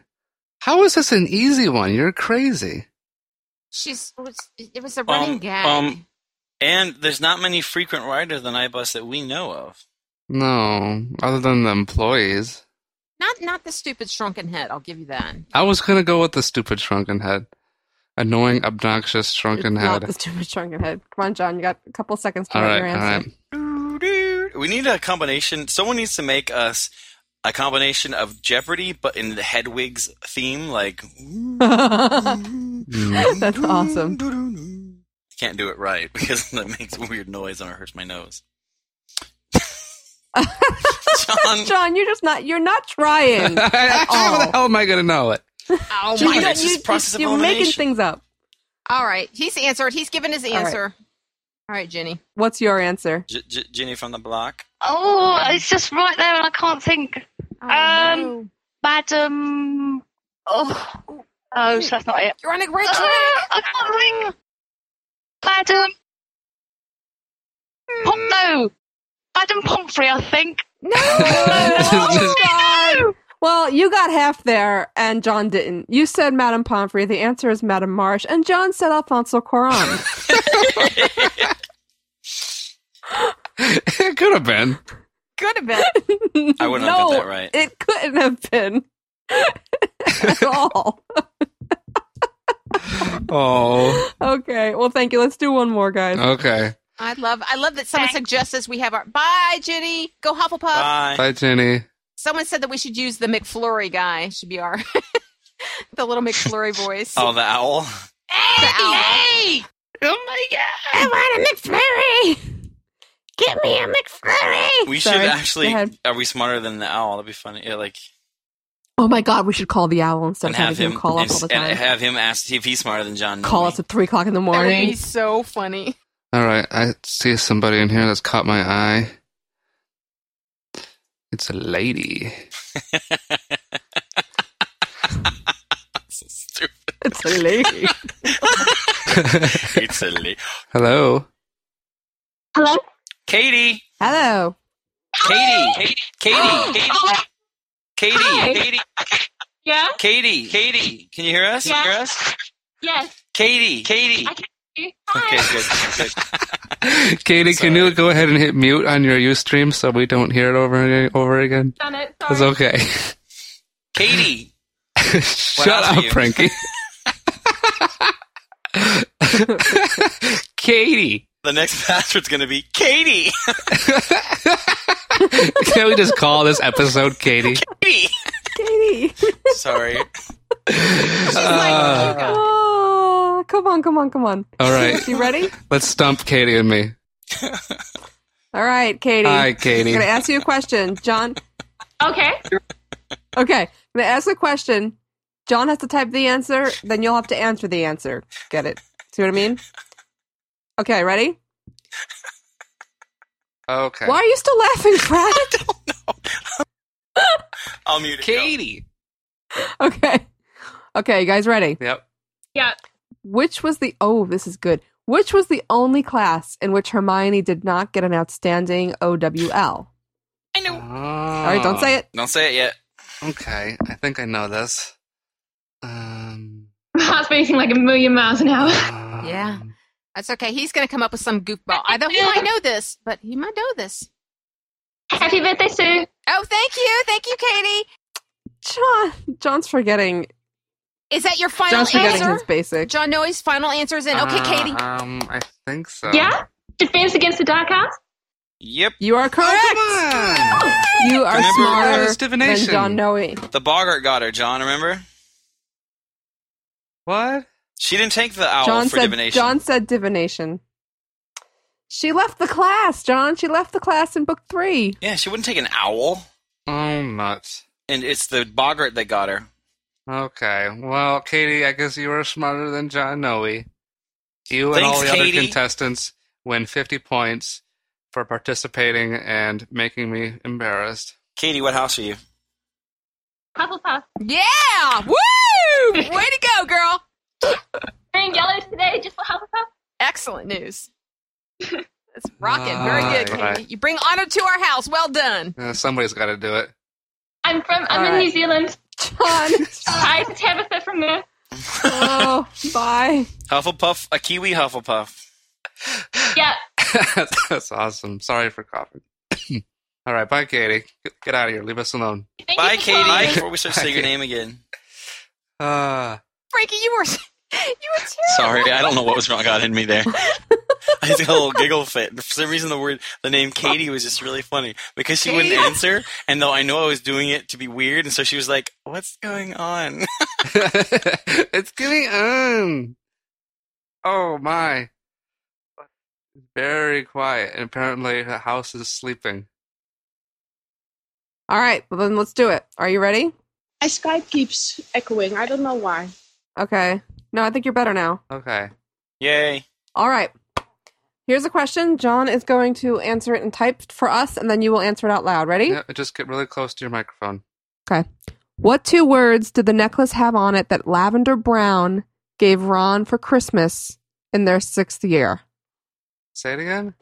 Speaker 10: How is this an easy one? You're crazy.
Speaker 9: She's it was, it was a running
Speaker 11: Um,
Speaker 9: gag.
Speaker 11: um, and there's not many frequent riders on iBus that we know of.
Speaker 10: No, other than the employees.
Speaker 9: not not the stupid shrunken head. I'll give you that.
Speaker 10: I was going to go with the stupid shrunken head. Annoying, obnoxious shrunken
Speaker 7: Not
Speaker 10: head.
Speaker 7: the stupid shrunken head. Come on, John. You got a couple seconds to
Speaker 10: all
Speaker 7: write
Speaker 10: right,
Speaker 7: your
Speaker 10: all
Speaker 7: answer.
Speaker 10: right.
Speaker 11: We need a combination. Someone needs to make us a combination of Jeopardy, but in the Hedwig's theme. Like,
Speaker 7: That's awesome.
Speaker 11: I can't do it right because that makes a weird noise and it hurts my nose. John.
Speaker 7: you're just not. You're not trying.
Speaker 10: I-
Speaker 7: at
Speaker 10: actually, how
Speaker 7: all.
Speaker 10: the hell am I going to know it?
Speaker 9: Oh
Speaker 7: John,
Speaker 9: my
Speaker 7: you
Speaker 9: god.
Speaker 7: don't- you- you- You're making things up.
Speaker 9: All right, he's answered. He's given his
Speaker 7: right.
Speaker 9: answer. All right, Jenny.
Speaker 7: What's your answer?
Speaker 11: J- J- Ginny from the block.
Speaker 12: Oh, it's just right there, and I can't think. um, Madam. Oh, oh, so that's not it.
Speaker 9: You're on a great
Speaker 12: Uh,
Speaker 9: track.
Speaker 12: I can't think. Madam. Pom- no, Madam Pomfrey, I think.
Speaker 7: Oh, God. Well, you got half there, and John didn't. You said Madame Pomfrey. The answer is Madame Marsh, and John said Alfonso Cuarón.
Speaker 10: it could have been.
Speaker 9: Could have been.
Speaker 11: I wouldn't have
Speaker 7: no,
Speaker 11: got that right.
Speaker 7: It couldn't have been at all.
Speaker 10: Oh,
Speaker 7: Okay. Well, thank you. Let's do one more, guys.
Speaker 10: okay.
Speaker 9: I love I love that someone suggests we have our bye, Jenny. Go Hufflepuff.
Speaker 10: Bye, Jenny.
Speaker 9: Someone said that we should use the McFlurry guy. Should be our the little McFlurry voice.
Speaker 11: Oh, the owl.
Speaker 9: Hey,
Speaker 12: Oh my god!
Speaker 9: I want a McFlurry. Get me a McFlurry.
Speaker 11: We
Speaker 7: Sorry.
Speaker 11: should
Speaker 7: Go
Speaker 11: actually.
Speaker 7: ahead.
Speaker 11: Are we smarter than the owl? That'd be funny. Yeah, like
Speaker 7: Oh my God, we should call the owl instead
Speaker 11: and
Speaker 7: of
Speaker 11: have
Speaker 7: having him,
Speaker 11: him
Speaker 7: call
Speaker 11: and,
Speaker 7: us all the
Speaker 11: and
Speaker 7: time.
Speaker 11: have him ask if he's smarter than John.
Speaker 7: Call us at three o'clock in the
Speaker 9: That would be
Speaker 7: morning.
Speaker 9: so funny.
Speaker 10: All right, I see somebody in here that's caught my eye. It's a lady.
Speaker 7: It's a lady.
Speaker 11: it's a lady.
Speaker 10: Hello.
Speaker 12: Hello.
Speaker 11: Katie.
Speaker 7: Hello.
Speaker 11: Katie. Katie. Katie. Katie.
Speaker 12: Hi.
Speaker 11: Katie.
Speaker 12: Yeah.
Speaker 11: Katie. Katie. Can you hear us? Can you hear us?
Speaker 12: Yes.
Speaker 11: Katie. Katie. Okay, good. good.
Speaker 10: Katie, can you go ahead and hit mute on your Ustream so we don't hear it over over again?
Speaker 12: Done it.
Speaker 10: That's okay.
Speaker 11: Katie.
Speaker 10: Shut
Speaker 11: else are
Speaker 10: up,
Speaker 11: you?
Speaker 10: Frankie. Katie.
Speaker 11: The next password's going to be Katie.
Speaker 10: Can we just call this episode Katie?
Speaker 11: Katie.
Speaker 7: Katie. Hey.
Speaker 11: Sorry.
Speaker 7: Ah, come on, come on, come on.
Speaker 10: All right.
Speaker 7: You ready?
Speaker 10: Let's stump Katie and me.
Speaker 7: All right, Katie.
Speaker 10: Hi, Katie.
Speaker 7: I'm going to ask you a question. John.
Speaker 12: Okay.
Speaker 7: Okay. I'm going to ask a question. John has to type the answer, then you'll have to answer the answer. Get it? See what I mean? Okay, ready?
Speaker 10: Okay.
Speaker 7: Why are you still laughing, Brad?
Speaker 11: I'll mute it.
Speaker 10: Katie.
Speaker 7: okay. Okay, you guys ready?
Speaker 10: Yep.
Speaker 12: Yeah.
Speaker 7: Which was the oh, this is good. Which was the only class in which Hermione did not get an outstanding OWL?
Speaker 12: I know.
Speaker 10: All
Speaker 7: right, don't say it.
Speaker 11: Don't say it yet.
Speaker 10: Okay, I think I know this. Um,
Speaker 12: My heart's beating like a million miles an hour.
Speaker 9: Yeah. That's okay. He's going to come up with some goofball. I know he might know this, but he might know this.
Speaker 12: Happy birthday, Sue.
Speaker 9: Oh, thank you. Thank you, Katie.
Speaker 7: John John's forgetting
Speaker 9: Is that your final
Speaker 7: John's forgetting
Speaker 9: answer?
Speaker 7: his basic.
Speaker 9: John Noy's final answer is in. Okay,
Speaker 7: Uh-huh.
Speaker 10: uh,
Speaker 9: Katie.
Speaker 10: Um, I think so.
Speaker 12: Yeah? Defense against the Dark Arts?
Speaker 11: Yep.
Speaker 7: You are correct.
Speaker 10: Come on!
Speaker 7: You are
Speaker 10: that
Speaker 11: Remember,
Speaker 7: smarter
Speaker 10: was
Speaker 7: than
Speaker 10: divination.
Speaker 7: John Noe.
Speaker 11: The Bogart got her, John, remember?
Speaker 10: What?
Speaker 11: She didn't take the owl
Speaker 7: John
Speaker 11: Oh, for
Speaker 7: said
Speaker 11: divination.
Speaker 7: John said divination. She left the class, John. She left the class in book three.
Speaker 11: Yeah, she wouldn't take an owl.
Speaker 10: Oh, nuts.
Speaker 11: And it's the Bogart that got her.
Speaker 10: Okay. Well, Katie, I guess you are smarter than John Noe. You and all the
Speaker 11: Thanks, Katie.
Speaker 10: other contestants win 50 points for participating and making me embarrassed.
Speaker 11: Katie, what house are you?
Speaker 12: Hufflepuff.
Speaker 9: Yeah. Woo! Way to go, girl.
Speaker 12: Wearing yellow today just for Hufflepuff?
Speaker 9: Excellent news. It's rocking. Very good,
Speaker 10: Alright.
Speaker 9: Katie. You bring honor to our house. Well done.
Speaker 10: Uh, somebody's got to do it.
Speaker 12: I'm from, I'm in
Speaker 7: Alright.
Speaker 12: New Zealand.
Speaker 7: John,
Speaker 12: Hi, it's Tabitha from there.
Speaker 7: oh, bye.
Speaker 11: Hufflepuff, a Kiwi Hufflepuff.
Speaker 12: Yeah.
Speaker 10: That's awesome. Sorry for coughing. all right. Bye, Katie. Get- Get out of here. Leave us alone.
Speaker 12: Thank you
Speaker 11: Bye,
Speaker 12: for
Speaker 11: Katie.
Speaker 12: calling.
Speaker 11: Before we start saying your
Speaker 10: Bye.
Speaker 11: name again.
Speaker 10: Uh,
Speaker 9: Frankie, you were you were terrible.
Speaker 11: Sorry, I don't know what was wrong. Got in me there. I just got a little giggle fit. For some reason, the word, the name Katie was just really funny because she wouldn't
Speaker 9: Katie.
Speaker 11: answer. And though I know I was doing it to be weird, and so she was like, "What's going on?"
Speaker 10: it's going on. Oh my. Very quiet. And apparently the house is sleeping.
Speaker 7: All right, well then let's do it. Are you ready?
Speaker 14: My Skype keeps echoing. I don't know why.
Speaker 7: Okay. No, I think you're better now.
Speaker 10: Okay.
Speaker 11: Yay!
Speaker 7: All right. Here's a question. John is going to answer it in typed for us, and then you will answer it out loud. Ready?
Speaker 10: Yeah, just get really close to your microphone.
Speaker 7: Okay. What two words did the necklace have on it that Lavender Brown gave Ron for Christmas in their sixth year?
Speaker 10: Say it again.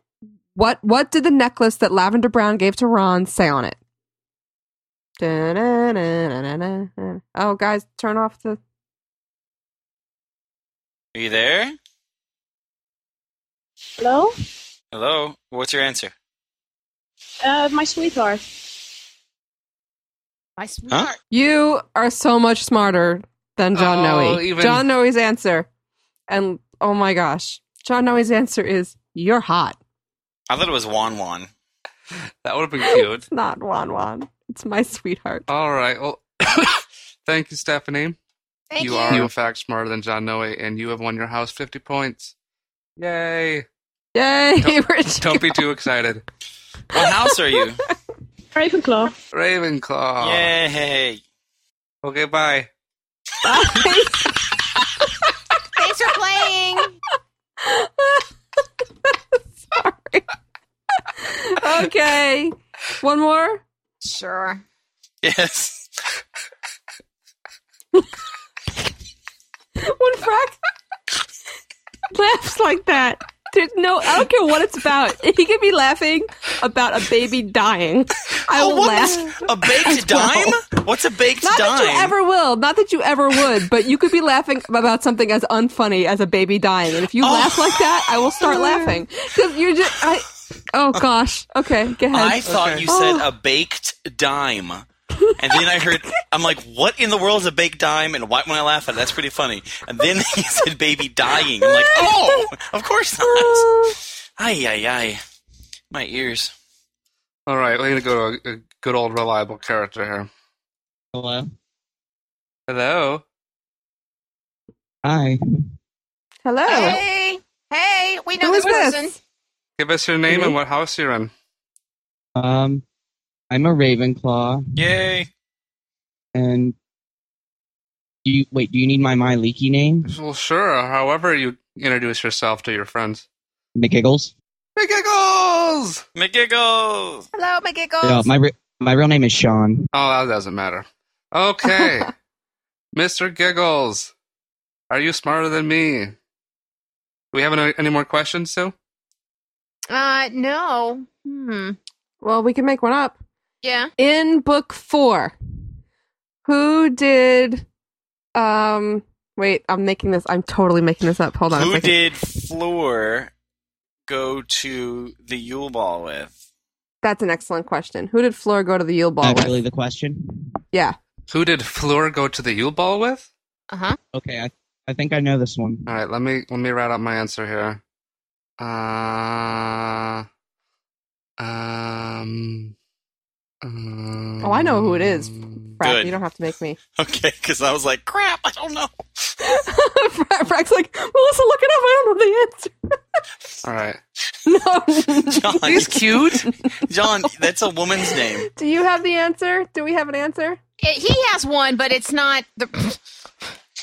Speaker 7: What What did the necklace that Lavender Brown gave to Ron say on it? Da-na-na-na-na-na. Oh, guys, turn off the.
Speaker 11: Are you there?
Speaker 14: Hello?
Speaker 11: Hello. What's your answer?
Speaker 14: Uh, my sweetheart.
Speaker 9: My sweetheart.
Speaker 7: You are so much smarter than John
Speaker 10: Oh,
Speaker 7: Noe.
Speaker 10: even-
Speaker 7: John Noe's answer, and oh my gosh, John Noe's answer is "You're hot."
Speaker 11: I thought it was Wan Wan.
Speaker 10: That would have been cute.
Speaker 7: It's not Wan Wan. It's my sweetheart.
Speaker 10: All right. Well, thank you, Stephanie.
Speaker 9: Thank you.
Speaker 10: are, in fact, smarter than John Noe, and you have won your house 50 points. Yay.
Speaker 7: Yay!
Speaker 10: Don't-
Speaker 7: Rich.
Speaker 10: Don't be too excited.
Speaker 11: What house are you?
Speaker 14: Ravenclaw.
Speaker 11: Oh.
Speaker 10: Ravenclaw.
Speaker 11: Yay!
Speaker 10: Okay, bye.
Speaker 9: Thanks for playing.
Speaker 7: okay. One more.
Speaker 9: Sure.
Speaker 11: Yes.
Speaker 7: One frack laughs like that. There's no. I don't care what it's about. He could be laughing about a baby dying. I
Speaker 11: Oh,
Speaker 7: will
Speaker 11: what
Speaker 7: laugh.
Speaker 11: was- a baked dime? What's a baked
Speaker 7: Not
Speaker 11: dime?
Speaker 7: that you ever will. Not that you ever would. But you could be laughing about something as unfunny as a baby dying. And if you
Speaker 11: Oh.
Speaker 7: laugh like that, I will start laughing because you're just. I, oh gosh. Okay. Go ahead.
Speaker 11: I thought you said a baked dime. And then I heard, I'm like, what in the world is a baked dime? And why when I laugh at it? That's pretty funny. And then he said baby dying. I'm like, oh, of course not. Ay, ay, ay. My ears.
Speaker 10: All right, we're gonna go to a, a good old reliable character here.
Speaker 15: Hello.
Speaker 10: Hello.
Speaker 15: Hi.
Speaker 7: Hello.
Speaker 9: Hey, hey, we know
Speaker 7: Oh. Who
Speaker 9: this
Speaker 7: is this?
Speaker 9: person.
Speaker 10: Give us your name and what house you're in.
Speaker 15: Um, I'm a Ravenclaw,
Speaker 11: Yay.
Speaker 15: and do you wait? Do you need my my leaky name?
Speaker 10: Well, sure. However, you introduce yourself to your friends.
Speaker 15: McGiggles.
Speaker 10: McGiggles.
Speaker 11: McGiggles.
Speaker 9: Hello, McGiggles.
Speaker 15: No, my re- my real name is Sean.
Speaker 10: Oh, that doesn't matter. Okay. Mr. Giggles, are you smarter than me? Do we have any, any more questions, Sue?
Speaker 9: Uh, no. Hmm.
Speaker 7: Well, we can make one up.
Speaker 9: Yeah.
Speaker 7: In book four, who did? Um, wait, I'm making this. I'm totally making this up. Hold on. a
Speaker 11: Who
Speaker 7: second.
Speaker 11: did Fleur go to the Yule Ball with?
Speaker 7: That's an excellent question. Who did Fleur go to the Yule Ball with?
Speaker 15: the question.
Speaker 7: Yeah.
Speaker 10: Who did Fleur go to the Yule Ball with?
Speaker 9: Uh huh.
Speaker 15: Okay, I I think I know this one.
Speaker 10: All right, let me let me write out my answer here. Uh, um,
Speaker 7: Oh, I know who it is. Frack,
Speaker 11: Good.
Speaker 7: you don't have to make me.
Speaker 11: Okay, because I was like, crap, I don't know.
Speaker 7: Fra- Frack's like, Melissa, look it up. I don't know the answer.
Speaker 10: All right.
Speaker 7: No.
Speaker 11: John,
Speaker 7: He's
Speaker 10: cute.
Speaker 11: John, that's a woman's name.
Speaker 7: Do you have the answer? Do we have an answer?
Speaker 9: It, he has one, but it's not the.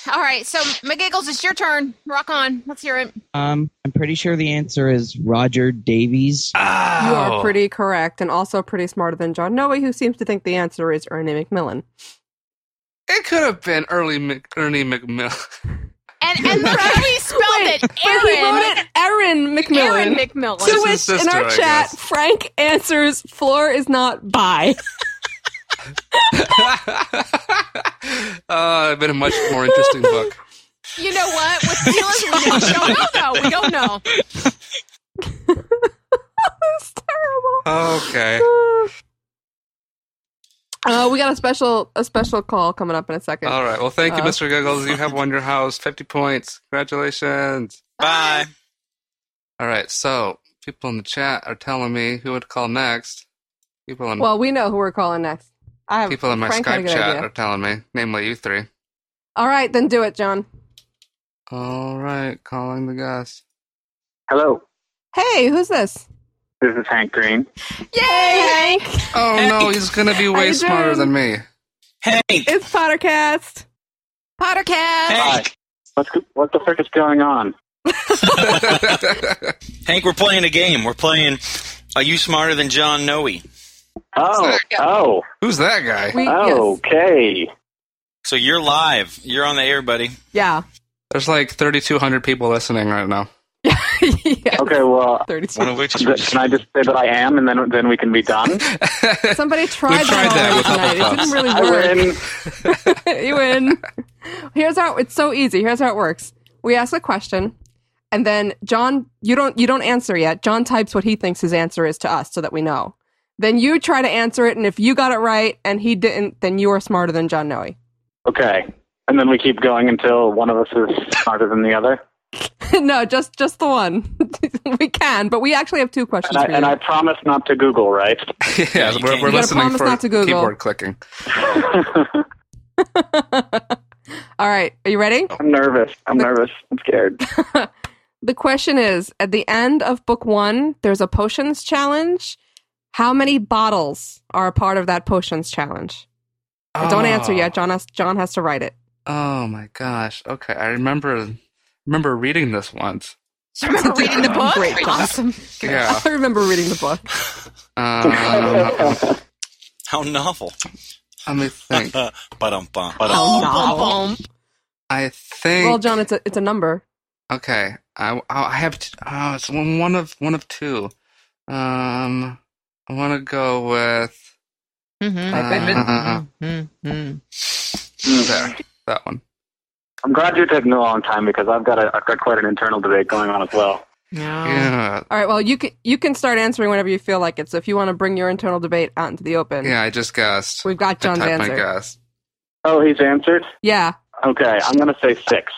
Speaker 9: All right, so McGiggles, it's your turn. Rock on. Let's hear it.
Speaker 15: Um, I'm pretty sure the answer is Roger Davies.
Speaker 7: You are
Speaker 11: Oh.
Speaker 7: pretty correct and also pretty smarter than John Noe, who seems to think the answer is Ernie McMillan.
Speaker 10: It could have been early Mc, Ernie McMill.
Speaker 9: And and look how he spelled it.
Speaker 7: But he wrote
Speaker 9: Aaron.
Speaker 7: it Aaron McMillan.
Speaker 9: Aaron McMillan.
Speaker 7: To
Speaker 10: This
Speaker 7: which,
Speaker 10: is
Speaker 7: in
Speaker 10: sister,
Speaker 7: our
Speaker 10: I
Speaker 7: chat,
Speaker 10: guess.
Speaker 7: Frank answers, Floor is not by.
Speaker 10: Uh, it'd been a much more interesting book.
Speaker 9: You know what? With dealers, we don't know. We don't know.
Speaker 10: Okay.
Speaker 7: Uh, we got a special a special call coming up in a second.
Speaker 10: All right. Well, thank you,
Speaker 7: Uh,
Speaker 10: Mr. Giggles. You have won your house. 50 points. Congratulations.
Speaker 11: Bye.
Speaker 10: All right. So, people in the chat are telling me who would call next. People in,
Speaker 7: Well, we know who we're calling next. I have
Speaker 10: people in my
Speaker 7: Frank had a
Speaker 10: Skype
Speaker 7: good
Speaker 10: chat
Speaker 7: idea.
Speaker 10: are telling me, namely you three.
Speaker 7: All right, then do it, John.
Speaker 10: All right. Calling the guest.
Speaker 16: Hello,
Speaker 7: Hey, who's this?
Speaker 16: this is Hank Green.
Speaker 7: Yay, Hank!
Speaker 10: Oh, no. He's going to be
Speaker 7: How
Speaker 10: way
Speaker 7: you
Speaker 10: smarter than
Speaker 7: doing?
Speaker 10: me.
Speaker 11: Hey.
Speaker 7: It's Pottercast.
Speaker 9: Pottercast.
Speaker 11: Hank.
Speaker 16: What's what the frick is going on?
Speaker 11: Hank, we're playing a game. We're playing Are You Smarter Than John Noe?
Speaker 16: Oh, oh,
Speaker 10: Who's that guy?
Speaker 16: okay.
Speaker 11: So you're live. You're on the air, buddy.
Speaker 7: Yeah.
Speaker 10: There's like 3,200 people listening right now.
Speaker 16: Okay, well,
Speaker 11: One of which
Speaker 16: th- can I just say that I am, and then then we can be done?
Speaker 7: Somebody tried,
Speaker 16: tried that with
Speaker 7: that already tonight. It didn't
Speaker 16: Hufflepuffs.
Speaker 7: really
Speaker 16: I
Speaker 7: work. you win. Here's how it's so easy. Here's how it works. We ask a question, and then John, you don't you don't answer yet. John types what he thinks his answer is to us, so that we know. Then you try to answer it, and if you got it right and he didn't, then you are smarter than John Noe.
Speaker 16: Okay, and then we keep going until one of us is smarter than the other.
Speaker 7: no, just just the one. we can, but we actually have two questions
Speaker 16: And I,
Speaker 7: for you.
Speaker 16: and I promise not to Google, right?
Speaker 10: yeah, we're,
Speaker 7: You
Speaker 10: we're
Speaker 7: gotta
Speaker 10: listening
Speaker 7: promise
Speaker 10: for
Speaker 7: not to Google.
Speaker 10: keyboard clicking.
Speaker 7: All right, are you ready?
Speaker 16: I'm nervous. I'm nervous. I'm scared.
Speaker 7: The question is at the end of book one, there's a potions challenge. How many bottles are a part of that potions challenge? But Don't answer
Speaker 10: Oh.
Speaker 7: yet. John has, John has to write it.
Speaker 10: Oh my gosh. Okay, I remember remember reading this once.
Speaker 9: I remember reading the book.
Speaker 7: Great.
Speaker 9: Awesome.
Speaker 10: Yeah.
Speaker 7: I remember reading the book.
Speaker 10: Um,
Speaker 11: How novel.
Speaker 10: let me think.
Speaker 11: Ba-dum, ba,
Speaker 7: How
Speaker 11: ba-dum.
Speaker 7: novel.
Speaker 10: I think.
Speaker 7: Well, John, it's a, it's a number.
Speaker 10: okay, I I have t- oh, it's one one of one of two. Um, I want to go with Mm-hmm. uh, there that one.
Speaker 16: I'm glad you're taking a long time because I've got a, I've got quite an internal debate going on as well.
Speaker 10: Yeah,
Speaker 7: All right. Well, you can you can start answering whenever you feel like it. So if you want to bring your internal debate out into the open,
Speaker 10: yeah. I just guessed.
Speaker 7: we've got John's
Speaker 10: I typed
Speaker 7: answer.
Speaker 10: my guess.
Speaker 16: Oh, he's answered.
Speaker 7: Yeah.
Speaker 16: Okay, I'm gonna say six.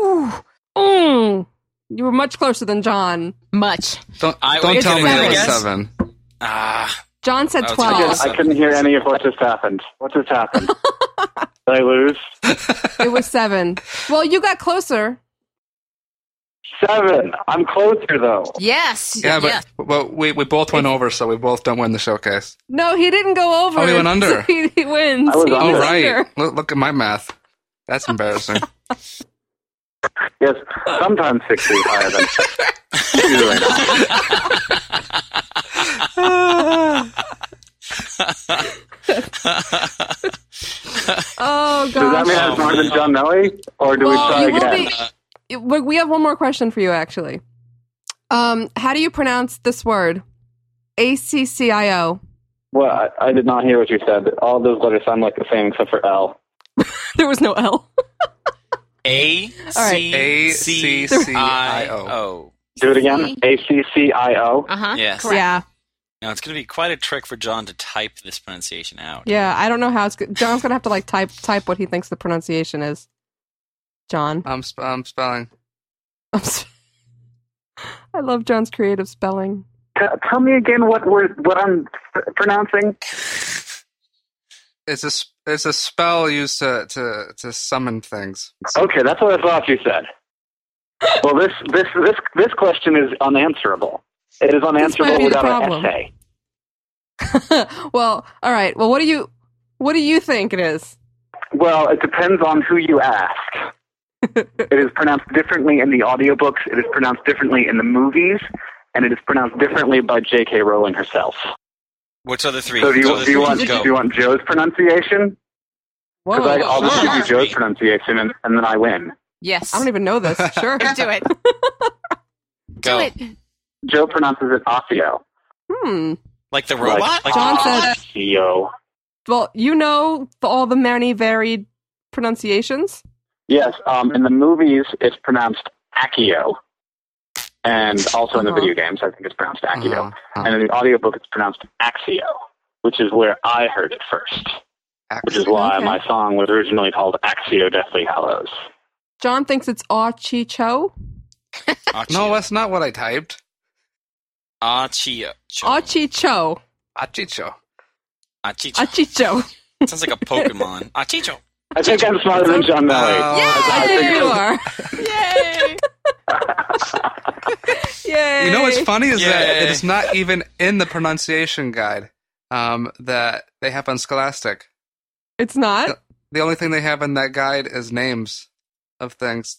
Speaker 7: Ooh. Mm. You were much closer than John.
Speaker 9: Much.
Speaker 10: Don't
Speaker 11: I
Speaker 10: don't
Speaker 11: was
Speaker 10: tell me
Speaker 11: gonna
Speaker 10: it was
Speaker 11: guess.
Speaker 10: seven.
Speaker 11: Ah,
Speaker 7: John said
Speaker 10: I was
Speaker 16: I,
Speaker 7: twelve.
Speaker 16: couldn't- I couldn't hear any of what just happened. What just happened? Did I lose?
Speaker 7: It was seven. Well, you got closer.
Speaker 16: Seven. I'm closer though.
Speaker 9: Yes.
Speaker 10: Yeah, but well, we we both went over, so we both don't win the showcase.
Speaker 7: No, he didn't go over.
Speaker 10: Oh, he went under.
Speaker 7: he, he wins. He
Speaker 10: oh,
Speaker 7: was
Speaker 10: right.
Speaker 7: under.
Speaker 10: Look, look at my math. That's embarrassing.
Speaker 16: Yes, sometimes six feet higher than
Speaker 7: Oh gosh.
Speaker 16: Does that mean I'm smarter than John Nelly, or do
Speaker 7: Well,
Speaker 16: we
Speaker 7: you
Speaker 16: try
Speaker 7: will
Speaker 16: again?
Speaker 7: be- we we have one more question for you, actually. Um, how do you pronounce this word? A C C I O.
Speaker 16: Well, I, I did not hear what you said. All those letters sound like the same except for L.
Speaker 7: There was no L.
Speaker 11: A C C C I O.
Speaker 16: Do it again. A C C I O.
Speaker 9: Uh huh.
Speaker 11: Yes.
Speaker 7: Yeah.
Speaker 11: Now it's going to be quite a trick for John to type this pronunciation out.
Speaker 7: Yeah. I don't know how it's. Go- John's gonna have to like type type what he thinks the pronunciation is. John.
Speaker 10: I'm sp- I'm spelling.
Speaker 7: I love John's creative spelling.
Speaker 16: T- Uh, tell me again what word what I'm f- pronouncing.
Speaker 10: It's a s- it's a spell used to to to summon things.
Speaker 16: Okay, that's what I thought you said. Well, this this this this question is unanswerable. It is unanswerable
Speaker 7: be the
Speaker 16: without
Speaker 7: problem.
Speaker 16: an essay.
Speaker 7: Well, all right. Well, what do you what do you think it is?
Speaker 16: Well, it depends on who you ask. it is pronounced differently in the audiobooks, it is pronounced differently in the movies, and it is pronounced differently by J.K. Rowling herself.
Speaker 11: Which other three?
Speaker 16: So do
Speaker 11: Which
Speaker 16: you,
Speaker 11: other
Speaker 16: do you
Speaker 11: three?
Speaker 16: want
Speaker 11: Go.
Speaker 16: do you want Joe's pronunciation? Because I, I'll just give you Joe's pronunciation and, and then I win.
Speaker 9: Yes.
Speaker 7: I don't even know this. Sure.
Speaker 9: Do it.
Speaker 16: Go. Joe pronounces it Osseo.
Speaker 7: Hmm.
Speaker 11: Like the
Speaker 7: robot? John said-
Speaker 16: Osseo.
Speaker 7: Well, you know the, all the many varied pronunciations.
Speaker 16: Yes, um, in the movies it's pronounced Accio. And also in the
Speaker 7: Uh-huh.
Speaker 16: video games, I think it's pronounced
Speaker 10: Uh-huh.
Speaker 16: Accio. And in the audiobook, it's pronounced Axio, which is where I heard it first. Which is why
Speaker 7: Okay.
Speaker 16: my song was originally called Axio Deathly Hallows.
Speaker 7: John thinks it's Ah Chi Cho.
Speaker 10: No, that's not what I typed.
Speaker 11: Achio.
Speaker 10: Oh,
Speaker 7: Ah Chi Cho.
Speaker 10: Achicho.
Speaker 11: Achicho.
Speaker 7: Achicho.
Speaker 11: Sounds like a Pokemon. Achicho.
Speaker 16: I think I'm smarter than John Nelly.
Speaker 7: I think you are. Yay!
Speaker 10: You know what's funny is that
Speaker 11: Yay.
Speaker 10: it's not even in the pronunciation guide um, that they have on Scholastic.
Speaker 7: It's not.
Speaker 10: The only thing they have in that guide is names of things.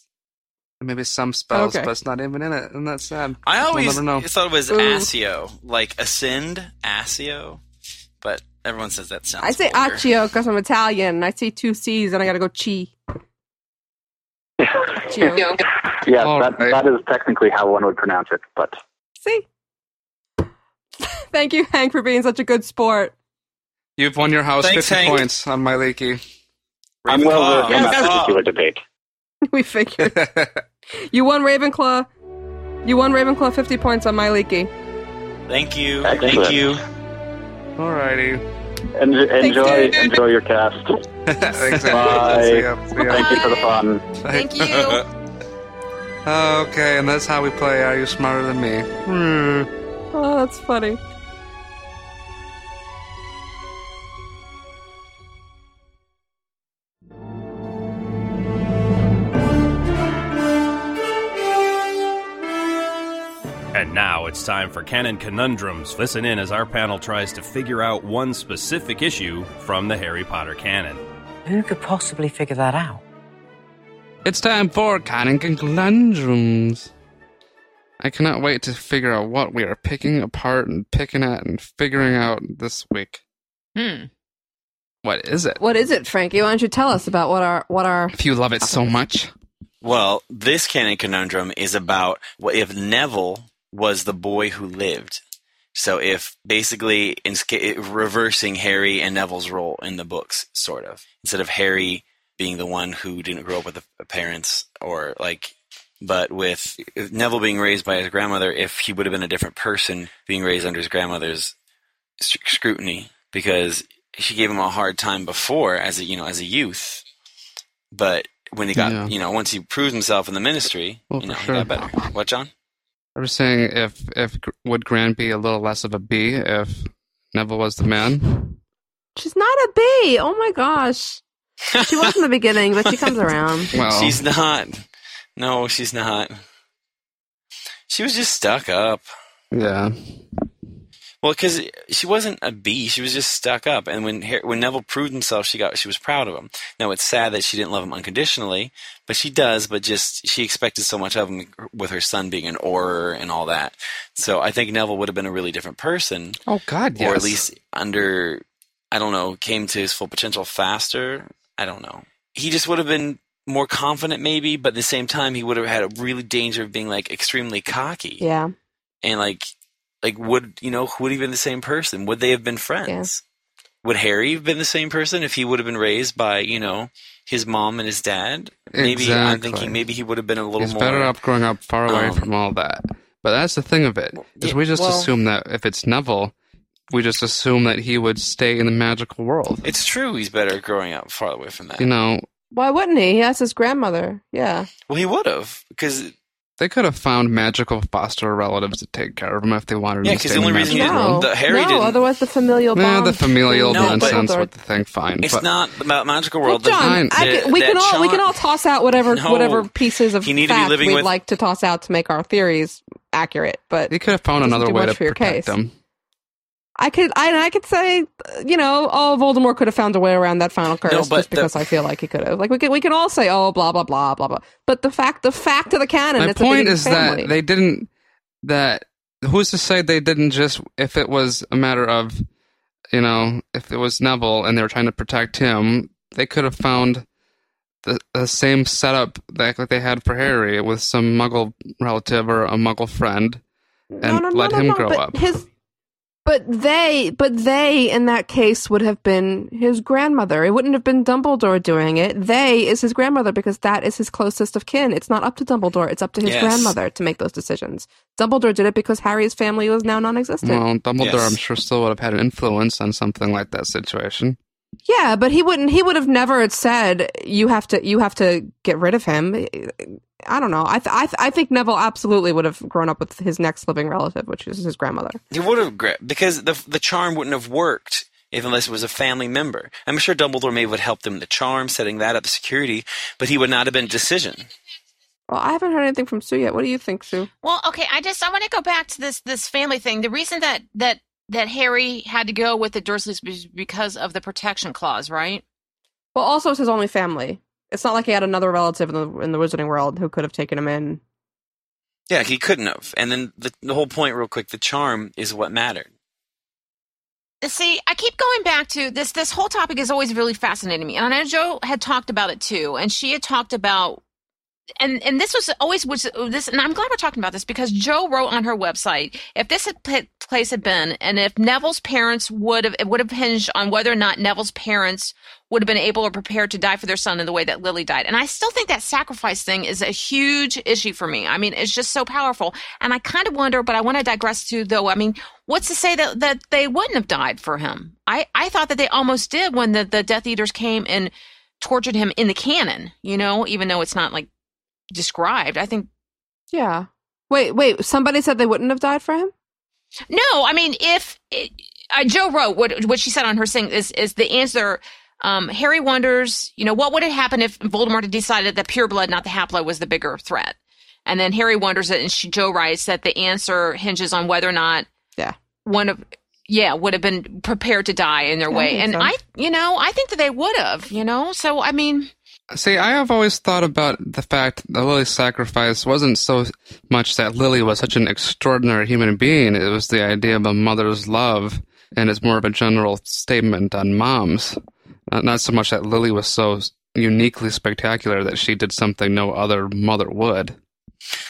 Speaker 10: And Maybe some spells,
Speaker 11: Okay.
Speaker 10: but it's not even in it, and that's sad.
Speaker 11: I
Speaker 10: We'll
Speaker 11: always
Speaker 10: never know.
Speaker 11: thought it was
Speaker 10: Ooh.
Speaker 11: Asio, like ascend, Asio, but everyone says that sounds.
Speaker 7: I say
Speaker 11: vulgar.
Speaker 7: Accio because I'm Italian. and I see two C's and I gotta go Chi. Accio.
Speaker 16: Yes, that, that is technically how one would pronounce it, but
Speaker 7: See? Thank you, Hank, for being such a good sport.
Speaker 10: You've won your house
Speaker 11: Thanks,
Speaker 10: 50
Speaker 11: Hank.
Speaker 10: points on my leaky.
Speaker 16: I'm well versed in that particular debate.
Speaker 7: we figured. you won Ravenclaw. You won Ravenclaw 50 points on my leaky.
Speaker 11: Thank you.
Speaker 16: Excellent.
Speaker 11: Thank you.
Speaker 10: Alrighty.
Speaker 16: En- enjoy,
Speaker 11: dude.
Speaker 16: enjoy your cast.
Speaker 10: Thanks, Andrew.
Speaker 16: Bye.
Speaker 10: See ya. See ya.
Speaker 16: Thank you for the fun.
Speaker 9: Thank you.
Speaker 10: okay, and that's how we play Are You Smarter Than Me? Hmm.
Speaker 7: Oh, that's funny.
Speaker 17: And now it's time for Canon Conundrums. Listen in as our panel tries to figure out one specific issue from the Harry Potter canon.
Speaker 18: Who could possibly figure that out?
Speaker 10: It's time for Canon Conundrums. I cannot wait to figure out what we are picking apart and picking at and figuring out this week.
Speaker 9: Hmm.
Speaker 10: What is it?
Speaker 7: What is it, Frankie? Why don't you tell us about what our what our
Speaker 10: If you love it so much.
Speaker 11: Well, this canon conundrum is about what if Neville was the boy who lived. So if basically in, sca- reversing Harry and Neville's role in the books, sort of instead of Harry being the one who didn't grow up with the parents or like, but with Neville being raised by his grandmother, if he would have been a different person being raised under his grandmother's strict scrutiny, because she gave him a hard time before as a you know as a youth, but when he got
Speaker 10: Yeah.
Speaker 11: you know once he proved himself in the ministry,
Speaker 10: Well,
Speaker 11: you
Speaker 10: for
Speaker 11: know
Speaker 10: sure.
Speaker 11: he got better. What John?
Speaker 10: I was saying if if Gr- would Gran be a little less of a bee if Neville was the man?
Speaker 7: She's not a bee. Oh my gosh. She was in the beginning, but she comes around.
Speaker 11: she's not. No, she's not. She was just stuck up.
Speaker 10: Yeah.
Speaker 11: Well, because she wasn't a bee, she was just stuck up. And when Har- when Neville proved himself, she got she was proud of him. Now it's sad that she didn't love him unconditionally, but she does. But just she expected so much of him with her son being an Auror and all that. So I think Neville would have been a really different person.
Speaker 10: Oh God,
Speaker 11: or at
Speaker 10: yes.
Speaker 11: least under I don't know, came to his full potential faster. I don't know. He just would have been more confident maybe, but at the same time he would have had a really danger of being like extremely cocky
Speaker 7: Yeah.
Speaker 11: and like like would you know would he have been the same person would they have been friends would harry have been the same person if he would have been raised by you know his mom and his dad maybe i'm
Speaker 10: Exactly.
Speaker 11: thinking maybe he would have been a little
Speaker 10: He's
Speaker 11: more Um,
Speaker 10: better up growing up far away from all that. But that's the thing of it is we just
Speaker 11: well-
Speaker 10: assume that if it's Neville, we just assume that he would stay in the magical world.
Speaker 11: it's true he's better growing up far away from that
Speaker 10: You know,
Speaker 7: Why wouldn't he? He has his grandmother. Yeah.
Speaker 11: well he would have because
Speaker 10: they could have found magical foster relatives to take care of him if they wanted.
Speaker 11: Yeah,
Speaker 10: him to
Speaker 11: 'cause
Speaker 10: stay in
Speaker 11: the only reason
Speaker 10: magical
Speaker 11: he didn't-
Speaker 10: world.
Speaker 11: the Harry
Speaker 7: no,
Speaker 11: didn't-
Speaker 7: otherwise the familial
Speaker 10: Yeah,
Speaker 7: bond.
Speaker 10: the familial
Speaker 11: No, but-
Speaker 10: nonsense with the thing. Fine,
Speaker 11: it's
Speaker 10: but
Speaker 11: not the ma- magical world
Speaker 7: Well, John,
Speaker 11: that,
Speaker 7: I
Speaker 11: that-
Speaker 7: can, we
Speaker 11: that
Speaker 7: can all we
Speaker 11: Sean-
Speaker 7: can all toss out whatever
Speaker 11: No.
Speaker 7: whatever pieces of
Speaker 11: He needed to be
Speaker 7: fact
Speaker 11: living
Speaker 7: we'd
Speaker 11: with-
Speaker 7: like to toss out to make our theories accurate. But
Speaker 10: he could have found
Speaker 7: doesn't
Speaker 10: another
Speaker 7: do
Speaker 10: way
Speaker 7: much
Speaker 10: to
Speaker 7: for your
Speaker 10: protect
Speaker 7: case.
Speaker 10: him.
Speaker 7: I could I, I could say uh, you know oh Voldemort could have found a way around that final curse
Speaker 10: but
Speaker 7: just
Speaker 10: the-
Speaker 7: because I feel like he could have like we can we can all say oh blah blah blah blah blah but the fact the fact of the canon
Speaker 10: My
Speaker 7: it's
Speaker 10: point
Speaker 7: a
Speaker 10: is that they didn't. That who's to say they didn't just if it was a matter of, you know, if it was Neville and they were trying to protect him, they could have found the, the same setup that like they had for Harry with some Muggle relative or a Muggle friend, and let him grow
Speaker 7: but
Speaker 10: up.
Speaker 7: his but they but they in that case would have been his grandmother it wouldn't have been Dumbledore doing it they is his grandmother because that is his closest of kin it's not up to Dumbledore it's up to his
Speaker 10: Yes.
Speaker 7: grandmother to make those decisions Dumbledore did it because Harry's family was now non-existent
Speaker 10: Well, Dumbledore,
Speaker 11: Yes.
Speaker 10: I'm sure, still would have had an influence on something like that situation.
Speaker 7: Yeah, but he wouldn't. He would have never said you have to. You have to get rid of him. I don't know. I th- I, th- I think Neville absolutely would have grown up with his next living relative, which is his grandmother.
Speaker 11: He would have gra- because the the charm wouldn't have worked if unless it was a family member. I'm sure Dumbledore maybe would help them with the charm, setting that up, the security, but he would not have been a decision.
Speaker 7: Well, I haven't heard anything from Sue yet. What do you think, Sue?
Speaker 9: Well, okay, I just I want to go back to this this family thing. The reason that that that Harry had to go with the Dursleys was because of the protection clause, right?
Speaker 7: Well, also it's his only family. It's not like he had another relative in the in the Wizarding world who could have taken him in.
Speaker 11: Yeah, he couldn't have. And then the, the whole point, real quick, the charm is what mattered.
Speaker 9: See, I keep going back to this. This whole topic is always really fascinating me, and I know Joe had talked about it too, and she had talked about, and and this was always was this, and I'm glad we're talking about this because Joe wrote on her website if this had pla- place had been, and if Neville's parents would have it would have hinged on whether or not Neville's parents would have been able or prepared to die for their son in the way that Lily died, and I still think that sacrifice thing is a huge issue for me. I mean, it's just so powerful, and I kind of wonder, but I want to digress to though. I mean, what's to say that, that they wouldn't have died for him? I, I thought that they almost did when the, the Death Eaters came and tortured him in the canon, you know, even though it's not like described. I think,
Speaker 7: Yeah. Wait, wait. Somebody said they wouldn't have died for him.
Speaker 9: no, I mean, if it, uh, Joe wrote what, what she said on her thing is, is the answer. Um, Harry wonders, you know, what would have happened if Voldemort had decided that pure blood, not the haplo, was the bigger threat? And then Harry wonders it, and she, Joe writes that the answer hinges on whether or not
Speaker 7: Yeah.
Speaker 9: one of yeah would have been prepared to die in their
Speaker 10: Yeah,
Speaker 9: way
Speaker 10: makes
Speaker 9: and i
Speaker 10: sense.
Speaker 9: you know i think that they would have you know so i mean
Speaker 10: See, I have always thought about the fact that Lily's sacrifice wasn't so much that Lily was such an extraordinary human being. It was the idea of a mother's love, and it's more of a general statement on moms. Uh, Not, not so much that Lily was so uniquely spectacular that she did something no other mother would.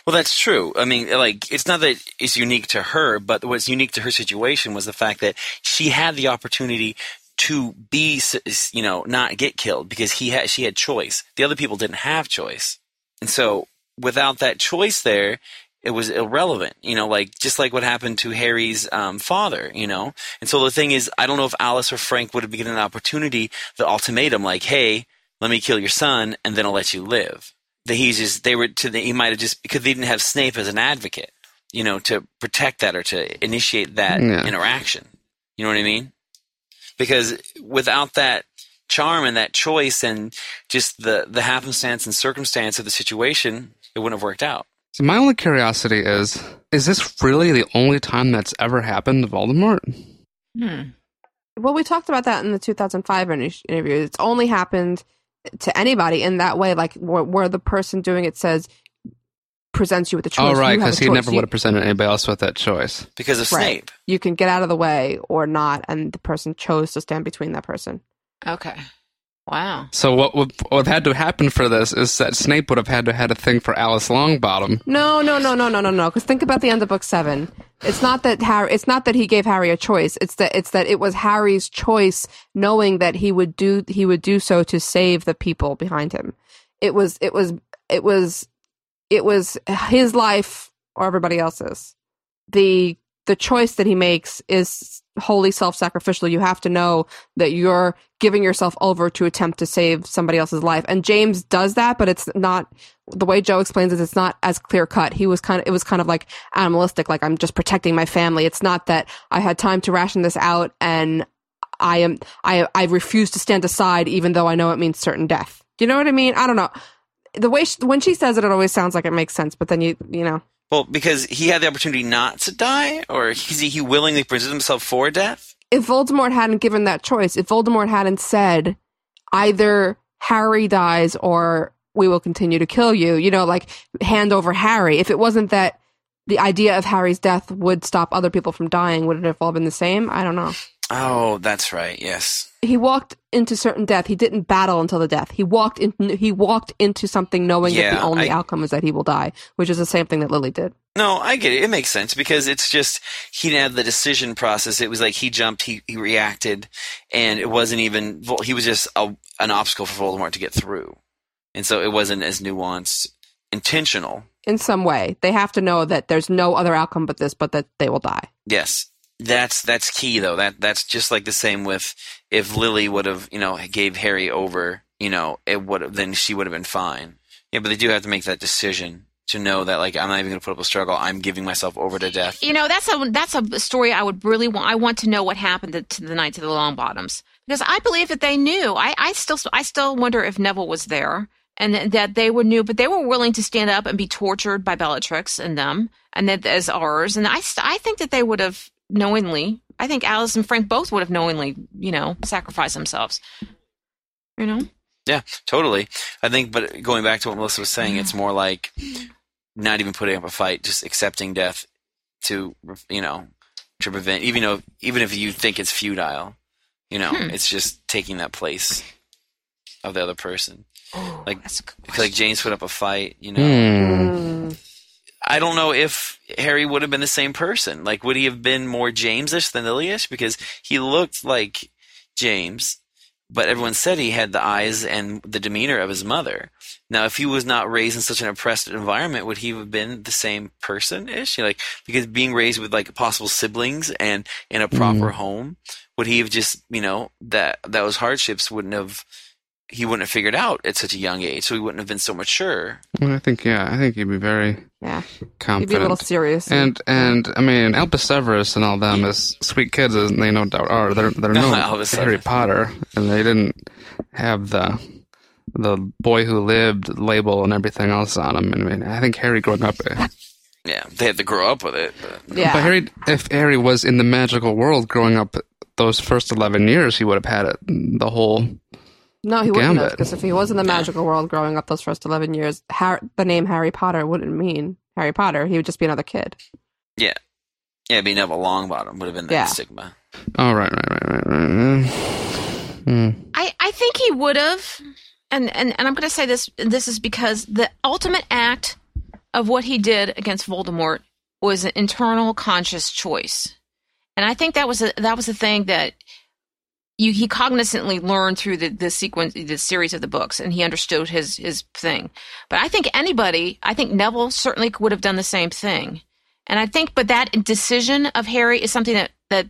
Speaker 11: Well, that's true. I mean, like, it's not that it's unique to her, but what's unique to her situation was the fact that she had the opportunity to be, s- s- you know, not get killed because he had, she had choice. The other people didn't have choice. And so without that choice there, it was irrelevant, you know, like just like what happened to Harry's um, father, you know. And so the thing is, I don't know if Alice or Frank would have been given an opportunity, the ultimatum, like, hey, let me kill your son, and then I'll let you live. That he's just they were to the, he might have just because they didn't have Snape as an advocate, you know, to protect that or to initiate that
Speaker 10: Yeah.
Speaker 11: interaction. You know what I mean? Because without that charm and that choice and just the the happenstance and circumstance of the situation, it wouldn't have worked out.
Speaker 10: See, my only curiosity is is this really the only time that's ever happened to Voldemort?
Speaker 7: Hmm. Well, we talked about that in the 2005 inter- interview. It's only happened to anybody in that way, like where, where the person doing it says presents you with a choice.
Speaker 10: Oh, right,
Speaker 7: You have a
Speaker 10: because he
Speaker 7: choice.
Speaker 10: never
Speaker 7: You-
Speaker 10: would have presented anybody else with that choice.
Speaker 11: Because of
Speaker 7: Right. You can get out of the way or not, and the person chose to stand between that person.
Speaker 9: Okay. Wow.
Speaker 10: So what would, what would have had to happen for this is that Snape would have had to had a thing for Alice Longbottom.
Speaker 7: No, no, no, no, no, no, no. Because think about the end of book seven. It's not that Harry. It's not that he gave Harry a choice. It's that it's that it was Harry's choice, knowing that he would do he would do so to save the people behind him. It was it was it was it was his life or everybody else's. The the choice that he makes is wholly self sacrificial. You have to know that you're giving yourself over to attempt to save somebody else's life. And James does that, but it's not the way Joe explains it, it's not as clear cut. He was kind of, it was kind of like animalistic, like I'm just protecting my family. It's not that I had time to ration this out and I am, I, I refuse to stand aside even though I know it means certain death. Do you know what I mean? I don't know. The way she, when she says it, it always sounds like it makes sense, but then you, you know,
Speaker 11: Well, because he had the opportunity not to die, or he, he willingly presented himself for death.
Speaker 7: if Voldemort hadn't given that choice, if Voldemort hadn't said either Harry dies or we will continue to kill you, you know, like hand over Harry, if it wasn't that the idea of Harry's death would stop other people from dying, would it have all been the same? I don't know.
Speaker 11: Oh, that's right. Yes.
Speaker 7: He walked into certain death. He didn't battle until the death. He walked in, he walked into something knowing that
Speaker 11: Yeah,
Speaker 7: the only
Speaker 11: I-
Speaker 7: outcome is that he will die, which is the same thing that Lily did.
Speaker 11: No, I get it. It makes sense because it's just he didn't have the decision process. It was like he jumped, he, he reacted, and it wasn't even Vol- he was just a, an obstacle for Voldemort to get through, and so it wasn't as nuanced, intentional.
Speaker 7: In some way, they have to know that there's no other outcome but this, but that they will die.
Speaker 11: Yes, that's that's key though. That that's just like the same with if Lily would have you know gave Harry over, you know, it would have then she would have been fine. Yeah, but they do have to make that decision to know that like I'm not even going to put up a struggle. I'm giving myself over to death.
Speaker 9: You know, that's a that's a story I would really want. I want to know what happened to, to the Knights of the Long Bottoms because I believe that they knew. I, I still I still wonder if Neville was there and that they were new, but they were willing to stand up and be tortured by Bellatrix and them and that as ours. And I st- I think that they would have knowingly. I think Alice and Frank both would have knowingly, you know, sacrificed themselves. You know.
Speaker 11: Yeah, totally. I think, but going back to what Melissa was saying, it's more like not even putting up a fight, just accepting death to you know to prevent, even though even if you think it's futile, you know,
Speaker 9: Hmm.
Speaker 11: it's just taking that place of the other person.
Speaker 9: Oh,
Speaker 11: Like like James put up a fight, you
Speaker 10: Hmm.
Speaker 11: know. I don't know if Harry would have been the same person. Like, would he have been more Jamesish than Lilyish? Because he looked like James, but everyone said he had the eyes and the demeanor of his mother. Now, if he was not raised in such an oppressed environment, would he have been the same person ish? Like, because being raised with like possible siblings and in a proper
Speaker 10: Mm.
Speaker 11: home, would he have just, you know, that those hardships wouldn't have, he wouldn't have figured out at such a young age. So he wouldn't have been so mature.
Speaker 10: Well, I think yeah, I think he'd be very
Speaker 7: yeah
Speaker 10: confident.
Speaker 7: He'd be a little serious.
Speaker 10: And and I mean Albus Severus and all them is sweet kids, and they no doubt are. They're they're no
Speaker 11: Albus
Speaker 10: Harry
Speaker 11: Severus.
Speaker 10: Potter, and they didn't have the the boy who lived label and everything else on them. And I, mean, I think Harry growing up.
Speaker 11: Yeah, they had to grow up with it. But.
Speaker 10: But Harry, if Harry was in the magical world growing up, those first eleven years, he would have had it the whole.
Speaker 7: No, he wouldn't have.
Speaker 10: Gambit.
Speaker 7: Because if he was in the magical world growing up those first 11 years, Har- the name Harry Potter wouldn't mean Harry Potter. He would just be another kid.
Speaker 11: Yeah. Yeah, being up a long bottom would have been that
Speaker 7: Yeah.
Speaker 11: stigma.
Speaker 10: Oh right, right, right, right, right. Hmm.
Speaker 9: I, I think he would have, and, and, and I'm going to say this this is because the ultimate act of what he did against Voldemort was an internal conscious choice, and I think that was a, that was the thing that you he cognizantly learned through the, the sequence the series of the books, and he understood his his thing. But I think anybody, I think Neville certainly would have done the same thing, and I think but that decision of Harry is something that that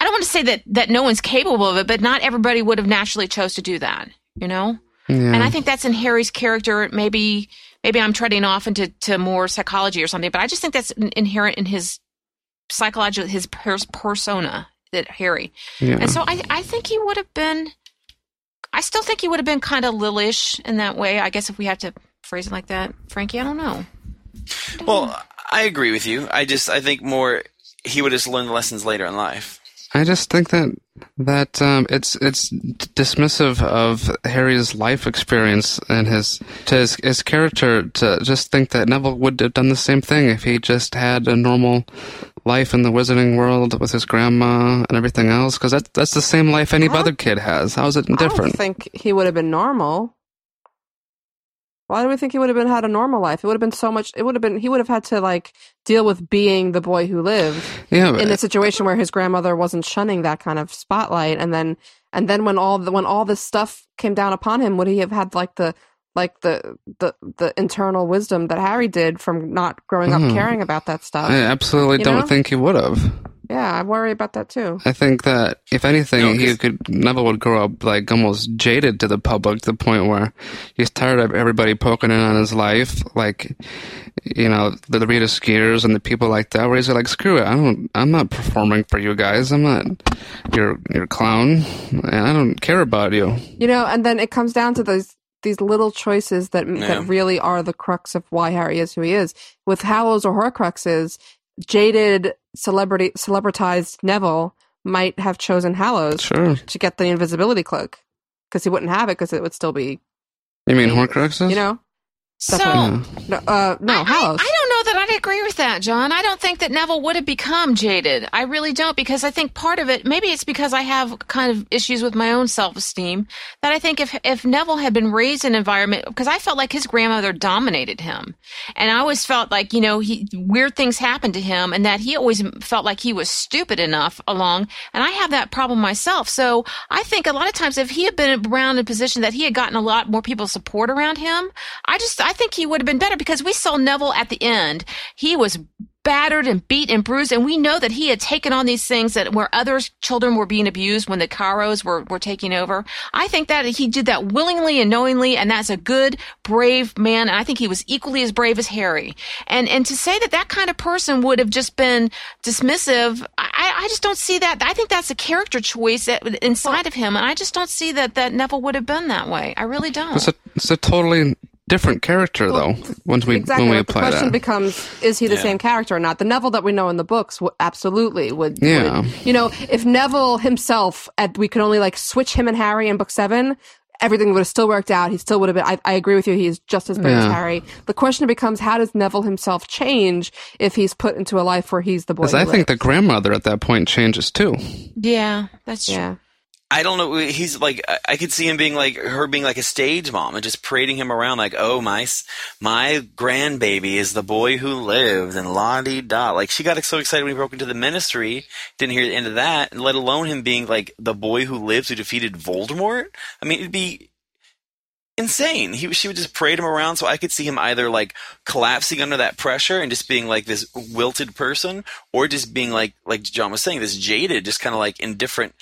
Speaker 9: I don't want to say that that no one's capable of it, but not everybody would have naturally chose to do that, you know. And I think that's in Harry's character. Maybe maybe I'm treading off into to more psychology or something, but I just think that's in- inherent in his psychological his pers- persona that Harry.
Speaker 10: Yeah.
Speaker 9: And so I I think he would have been I still think you would have been kind of Lilish in that way. I guess if we have to phrase it like that, Frankie, I don't know.
Speaker 11: Well, I agree with you. I just I think more he would just learn the lessons later in life.
Speaker 10: I just think that that um, it's it's dismissive of Harry's life experience and his to his, his character to just think that Neville would have done the same thing if he just had a normal life in the Wizarding world with his grandma and everything else because that that's the same life any other kid has. How is it
Speaker 7: I don't
Speaker 10: different?
Speaker 7: think he would have been normal. Why do we think he would have been had a normal life? It would have been so much. It would have been he would have had to like deal with being the boy who lived
Speaker 10: Yeah, but-
Speaker 7: in a situation where his grandmother wasn't shunning that kind of spotlight, and then and then when all the when all this stuff came down upon him, would he have had like the like the the the internal wisdom that Harry did from not growing up
Speaker 10: Mm.
Speaker 7: caring about that stuff?
Speaker 10: I absolutely
Speaker 7: You
Speaker 10: don't
Speaker 7: know?
Speaker 10: think he would have.
Speaker 7: Yeah, I worry about that too.
Speaker 10: I think that if anything, he could Neville would grow up like almost jaded to the public to the point where he's tired of everybody poking in on his life, like you know the, the Rita Skeers and the people like that. Where he's like, "Screw it, I don't, I'm not performing for you guys. I'm not your your clown, and I don't care about you."
Speaker 7: You know, and then it comes down to those these little choices that
Speaker 10: Yeah.
Speaker 7: that really are the crux of why Harry is who he is. With Howells or Horcruxes, jaded celebrity celebritized Neville might have chosen Hallows
Speaker 10: Sure.
Speaker 7: to get the invisibility cloak because he wouldn't have it because it would still be
Speaker 10: You mean Horcruxes?
Speaker 7: you know stuff
Speaker 9: So-
Speaker 7: like- no, uh, no Hallows.
Speaker 9: I don't know that I'd agree with that, John. I don't think that Neville would have become jaded. I really don't because I think part of it, maybe it's because I have kind of issues with my own self-esteem that I think if, if Neville had been raised in an environment, because I felt like his grandmother dominated him. And I always felt like, you know, he, weird things happened to him and that he always felt like he was stupid enough along. And I have that problem myself. So I think a lot of times if he had been around in a position that he had gotten a lot more people's support around him, I just, I think he would have been better because we saw Neville at the end. He was battered and beat and bruised. And we know that he had taken on these things that where other children were being abused when the Caros were, were taking over. I think that he did that willingly and knowingly. And that's a good, brave man. And I think he was equally as brave as Harry. And, and to say that that kind of person would have just been dismissive, I, I just don't see that. I think that's a character choice that, inside of him. And I just don't see that, that Neville would have been that way. I really don't.
Speaker 10: It's a it's a totally different character though. Once we
Speaker 7: Exactly.
Speaker 10: when we
Speaker 7: like, the
Speaker 10: apply
Speaker 7: question
Speaker 10: that,
Speaker 7: becomes: Is he the
Speaker 10: Yeah.
Speaker 7: same character or not? The Neville that we know in the books w- absolutely would.
Speaker 10: Yeah.
Speaker 7: would- you know, if Neville himself, at, we could only like switch him and Harry in book seven, everything would have still worked out. He still would have been. I, I agree with you. He is just as brave as
Speaker 10: Yeah.
Speaker 7: Harry. The question becomes: How does Neville himself change if he's put into a life where he's the boy?
Speaker 10: because I
Speaker 7: who
Speaker 10: think the grandmother at that point changes too.
Speaker 9: Yeah, that's
Speaker 7: yeah.
Speaker 11: I don't know. He's like I- I could see him being like her being like a stage mom and just parading him around like, oh my, s- my grandbaby is the boy who lived and la di da. Like she got so excited when he broke into the ministry, didn't hear the end of that, and let alone him being like the boy who lives who defeated Voldemort. I mean, it'd be insane. He she would just parade him around, so I could see him either like collapsing under that pressure and just being like this wilted person, or just being like like John was saying, this jaded, just kind of like indifferent,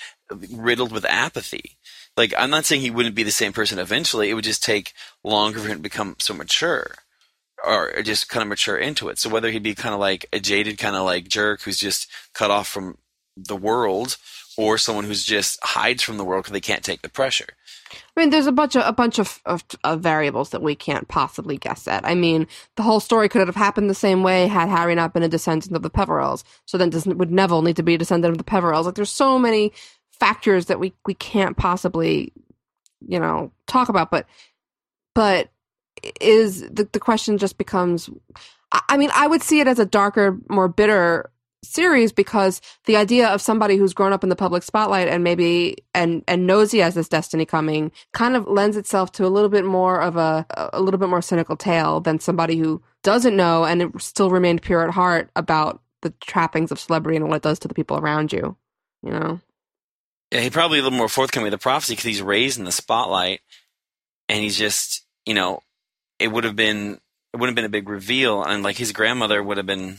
Speaker 11: riddled with apathy. Like I'm not saying he wouldn't be the same person eventually. It would just take longer for him to become so mature. Or just kind of mature into it. So whether he'd be kind of like a jaded kind of like jerk who's just cut off from the world, or someone who's just hides from the world because they can't take the pressure.
Speaker 7: I mean, there's a bunch of a bunch of, of, of variables that we can't possibly guess at. I mean, the whole story could have happened the same way had Harry not been a descendant of the Peverells. So then, does, would Neville need to be a descendant of the Peverells? Like, there's so many factors that we we can't possibly, you know, talk about. But but is the the question just becomes? I, I mean, I would see it as a darker, more bitter series because the idea of somebody who's grown up in the public spotlight and maybe and and knows he has this destiny coming kind of lends itself to a little bit more of a a little bit more cynical tale than somebody who doesn't know and it still remained pure at heart about the trappings of celebrity and what it does to the people around you you know
Speaker 11: Yeah, he probably a little more forthcoming with the prophecy because he's raised in the spotlight, and he's just you know, it would have been it would have been a big reveal, and like his grandmother would have been,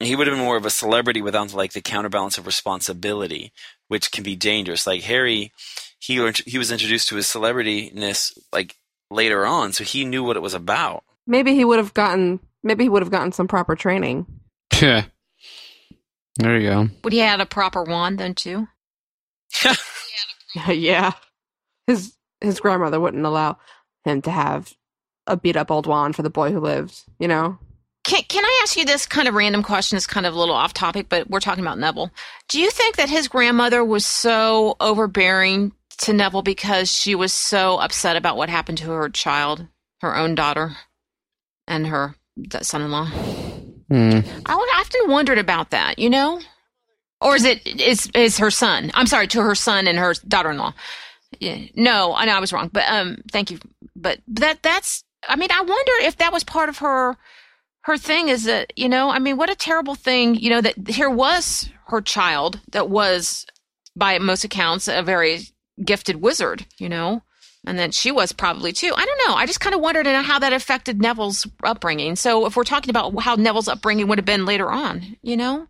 Speaker 11: he would have been more of a celebrity without like the counterbalance of responsibility, which can be dangerous. Like Harry, he learned- he was introduced to his celebrityness like later on, so he knew what it was about.
Speaker 7: maybe he would have gotten maybe he would have gotten some proper training
Speaker 10: Yeah. There you go.
Speaker 9: Would he have had a proper wand then too?
Speaker 7: yeah his his grandmother wouldn't allow him to have a beat up old wand for the boy who lives, you know?
Speaker 9: Can, can I ask you this kind of random question? It's kind of a little off topic, but we're talking about Neville. Do you think that his grandmother was so overbearing to Neville because she was so upset about what happened to her child, her own daughter, and her d- son-in-law?
Speaker 10: Hmm.
Speaker 9: I w- I often wondered about that, you know? Or is it is is her son? I'm sorry, to her son and her daughter-in-law. Yeah. No, I know I was wrong, but um, thank you. But that that's. I mean, I wonder if that was part of her her thing. Is that you know? I mean, what a terrible thing. You know that here was her child that was, by most accounts, a very gifted wizard. You know. And then she was probably too. I don't know. I just kind of wondered and how that affected Neville's upbringing. So if we're talking about how Neville's upbringing would have been later on, you know,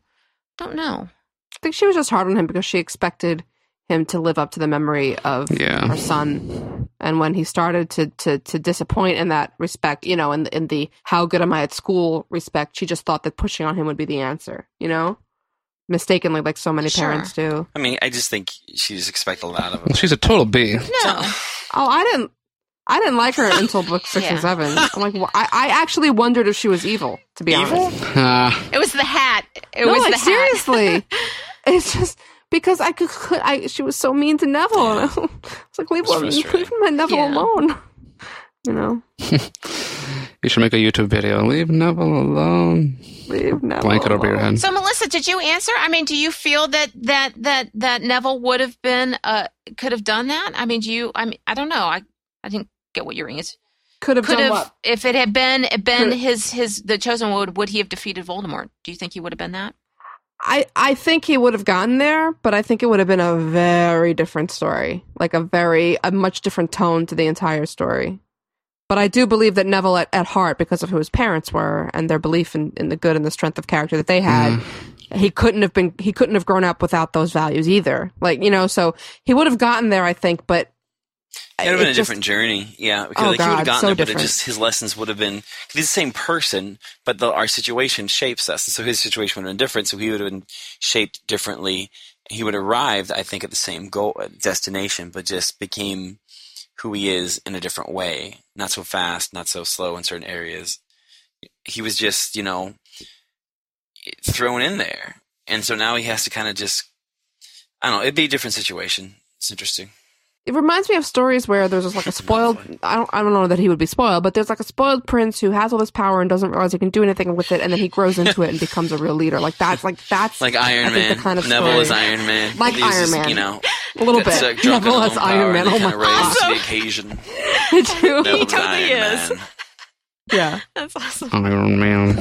Speaker 9: don't know.
Speaker 7: I think she was just hard on him because she expected him to live up to the memory of
Speaker 10: Yeah.
Speaker 7: her son. And when he started to, to to disappoint in that respect, you know, in the, in the how good am I at school respect, she just thought that pushing on him would be the answer, you know, mistakenly, like so many parents do.
Speaker 11: I mean, I just think she just expected a lot of him.
Speaker 10: She's a total B.
Speaker 9: No.
Speaker 7: Oh, I didn't, I didn't like her until book six and
Speaker 9: Yeah.
Speaker 7: seven. I'm like, well, I, I actually wondered if she was evil, to be honest.
Speaker 10: Ah.
Speaker 9: It was the hat. It
Speaker 7: no,
Speaker 9: was
Speaker 7: like,
Speaker 9: the hat.
Speaker 7: seriously, it's just because I could, could I she was so mean to Neville. And I was like, leave,
Speaker 10: It's
Speaker 7: leave
Speaker 10: frustrating.
Speaker 7: my Neville
Speaker 10: Yeah.
Speaker 7: alone. You know,
Speaker 10: You should make a YouTube video. Leave Neville alone.
Speaker 7: Leave Neville
Speaker 10: Blanket over your head.
Speaker 9: So Melissa, did you answer? I mean, do you feel that that that that Neville would have been uh could have done that? I mean, do you? I mean, I don't know. I I didn't get what your answer.
Speaker 7: Could have
Speaker 9: could
Speaker 7: done
Speaker 9: have
Speaker 7: what?
Speaker 9: if it had been it been
Speaker 7: Could-
Speaker 9: his his the chosen one. Would he have defeated Voldemort? Do you think he would have been that?
Speaker 7: I I think he would have gotten there, but I think it would have been a very different story, like a very a much different tone to the entire story. But I do believe that Neville, at, at heart, because of who his parents were and their belief in, in the good and the strength of character that they had, he couldn't have been he couldn't have grown up without those values either. Like you know, so he would have gotten there, I think, but
Speaker 11: It would have
Speaker 7: it
Speaker 11: been a
Speaker 7: just-
Speaker 11: different journey, yeah. Because
Speaker 7: Oh,
Speaker 11: like, he would
Speaker 7: God,
Speaker 11: have gotten
Speaker 7: so
Speaker 11: there, but it
Speaker 7: different.
Speaker 11: just his lessons would have been. 'cause He's the same person, but the, our situation shapes us. So his situation would have been different. So he would have been shaped differently. He would have arrived, I think, at the same goal uh, destination, but just became who he is in a different way. Not so fast, not so slow in certain areas. He was just, you know, thrown in there, and so now he has to kind of just. I don't know. It'd be a different situation. It's interesting.
Speaker 7: It reminds me of stories where there's just like a spoiled. I don't. I don't know that he would be spoiled, but there's like a spoiled prince who has all this power and doesn't realize he can do anything with it, and then he grows into it and becomes a real leader. Like that's like that's
Speaker 11: Like Iron
Speaker 7: I think
Speaker 11: Man.
Speaker 7: The kind of
Speaker 11: Neville
Speaker 7: story.
Speaker 11: is Iron Man.
Speaker 7: Like
Speaker 11: He was
Speaker 7: Iron
Speaker 11: just,
Speaker 7: Man.
Speaker 11: You know,
Speaker 7: A little
Speaker 11: gets,
Speaker 7: bit.
Speaker 11: uh, drunk
Speaker 7: Neville
Speaker 11: on
Speaker 7: has
Speaker 11: his own
Speaker 7: Iron
Speaker 11: power and
Speaker 7: Man.
Speaker 11: they
Speaker 7: Oh
Speaker 11: kinda
Speaker 7: my
Speaker 11: raise to
Speaker 7: God.
Speaker 11: the occasion.
Speaker 7: I do.
Speaker 11: Neville's Iron Man.
Speaker 7: Yeah.
Speaker 9: That's awesome.
Speaker 10: Iron Man.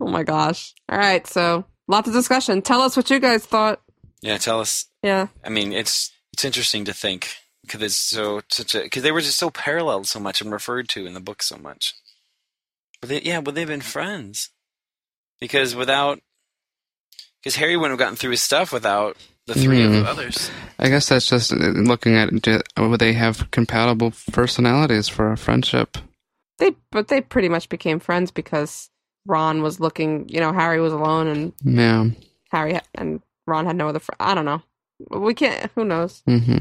Speaker 7: Oh my gosh. All right. So lots of discussion. Tell us what you guys thought.
Speaker 11: Yeah, tell us.
Speaker 7: Yeah.
Speaker 11: I mean, it's it's interesting to think because it's so such a because they were just so paralleled so much and referred to in the book so much. But they, yeah, but they've been friends because without because Harry wouldn't have gotten through his stuff without the three
Speaker 10: Hmm.
Speaker 11: of others.
Speaker 10: I guess that's just uh, looking at it, uh, would they have compatible personalities for a friendship?
Speaker 7: They but they pretty much became friends because Ron was looking. You know, Harry was alone, and
Speaker 10: Yeah.
Speaker 7: Harry ha- and Ron had no other. Fr- I don't know. We can't. Who knows?
Speaker 10: hmm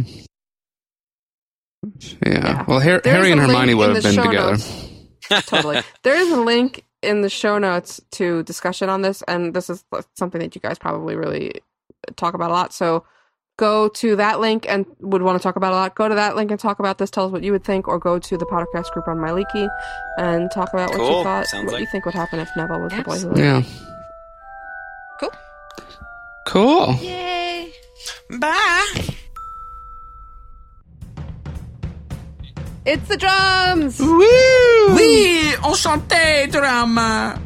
Speaker 10: Yeah. Well, Har-
Speaker 7: There is
Speaker 10: Harry and
Speaker 7: a link
Speaker 10: Hermione
Speaker 7: in
Speaker 10: would
Speaker 7: the
Speaker 10: have been
Speaker 7: show
Speaker 10: together.
Speaker 7: notes. totally. There is a link in the show notes to discussion on this, and this is something that you guys probably really talk about a lot. So go to that link and would want to talk about a lot. Go to that link and talk about this. Tell us what you would think, or go to the podcast group on MyLeaky and talk about what
Speaker 11: Cool.
Speaker 7: you thought,
Speaker 11: Sounds
Speaker 7: what
Speaker 11: like-
Speaker 7: you think would happen if Neville was the boy who
Speaker 10: Yeah.
Speaker 7: lived.
Speaker 10: Cool. Cool.
Speaker 9: Yay!
Speaker 11: Bye.
Speaker 7: It's the drums.
Speaker 19: Woo! Oui, enchanté, drama.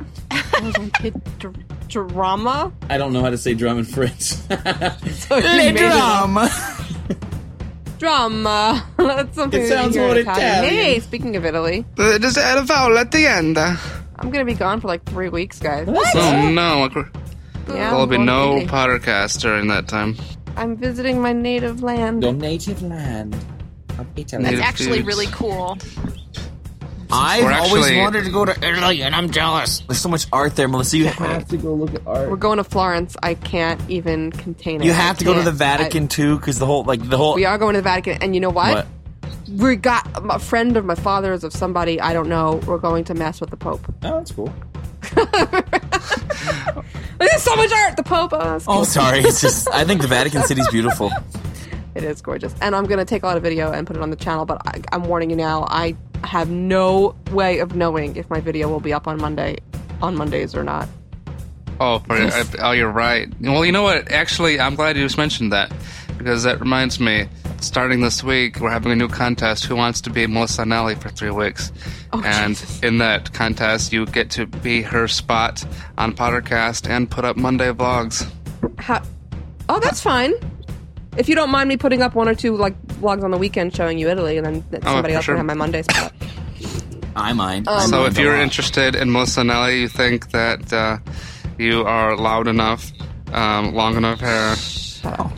Speaker 7: drama.
Speaker 8: I don't know how to say drum in French.
Speaker 7: So you
Speaker 19: Les
Speaker 7: made it up.
Speaker 19: drums.
Speaker 7: Drama. That's something
Speaker 19: It
Speaker 7: that you
Speaker 19: sounds
Speaker 7: hear in
Speaker 19: more Italian.
Speaker 7: Hey, speaking of Italy,
Speaker 19: Uh, Does it add a vowel at the end?
Speaker 7: I'm gonna be gone for like three weeks, guys.
Speaker 10: Oh no!
Speaker 9: Oh,
Speaker 7: Yeah,
Speaker 10: There'll be
Speaker 7: I'm
Speaker 10: no
Speaker 7: going to
Speaker 10: Pottercast during that time.
Speaker 7: Italy. I'm visiting my native land.
Speaker 10: Your
Speaker 7: native land of Italy.
Speaker 10: Native
Speaker 9: That's actually
Speaker 10: foods.
Speaker 9: really cool.
Speaker 8: I've
Speaker 10: Or actually-
Speaker 8: to go to Italy, and I'm jealous. There's so much art there, Melissa. You have to go look at art.
Speaker 7: We're going to Florence. I can't even contain it.
Speaker 8: You
Speaker 7: I
Speaker 8: have to go to
Speaker 7: can't.
Speaker 8: the Vatican too, because the whole like the
Speaker 7: I-
Speaker 8: whole
Speaker 7: we are going to the Vatican, and you know what? we got a friend of my father's of somebody I don't know. We're going to mess with the Pope.
Speaker 8: Oh, that's cool.
Speaker 7: There's so much art. The Pope. Oh, that's
Speaker 8: Oh,
Speaker 7: cool.
Speaker 8: sorry. It's just I think the Vatican City's beautiful.
Speaker 7: It is gorgeous. And I'm going to take a lot of video and put it on the channel, but I, I'm warning you now, I have no way of knowing if my video will be up on Monday, on Mondays or not.
Speaker 10: Oh, for- I- oh, you're right. Well, you know what? Actually, I'm glad you just mentioned that because that reminds me. Starting this week, we're having a new contest. Who wants to be Melissa Nelly for three weeks?
Speaker 9: Oh,
Speaker 10: and in that contest, you get to be her spot on Pottercast and put up Monday vlogs.
Speaker 7: How, oh, that's fine. If you don't mind me putting up one or two like vlogs on the weekend showing you Italy, and then that
Speaker 10: Oh,
Speaker 7: somebody
Speaker 10: for
Speaker 7: else
Speaker 10: sure.
Speaker 7: can have my Monday spot.
Speaker 8: I mind.
Speaker 7: Um,
Speaker 10: so if you're
Speaker 7: Wow.
Speaker 10: interested in Melissa Nelly, you think that uh, you are loud enough, um, long enough hair,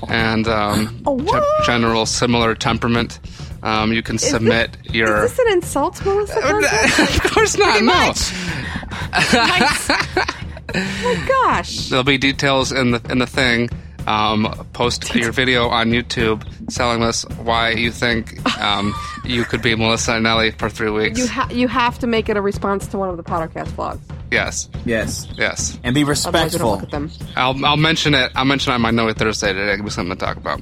Speaker 10: and um, ge- general similar temperament, um, you can
Speaker 7: Is
Speaker 10: submit your.
Speaker 7: Is this an insult, Melissa? Oh,
Speaker 10: of course not. no.
Speaker 7: my gosh.
Speaker 10: There'll be details in the in the thing. Um, post your video on YouTube telling us why you think um, you could be Melissa Nelly for three weeks.
Speaker 7: You ha- you have to make it a response to one of the Pottercast vlogs.
Speaker 10: Yes.
Speaker 8: Yes.
Speaker 10: Yes.
Speaker 8: And be
Speaker 7: Otherwise we don't
Speaker 10: respectful.
Speaker 7: look at them.
Speaker 10: I'll, I'll mention it. I'll mention it on my No Way Thursday today. It'll be something to talk about.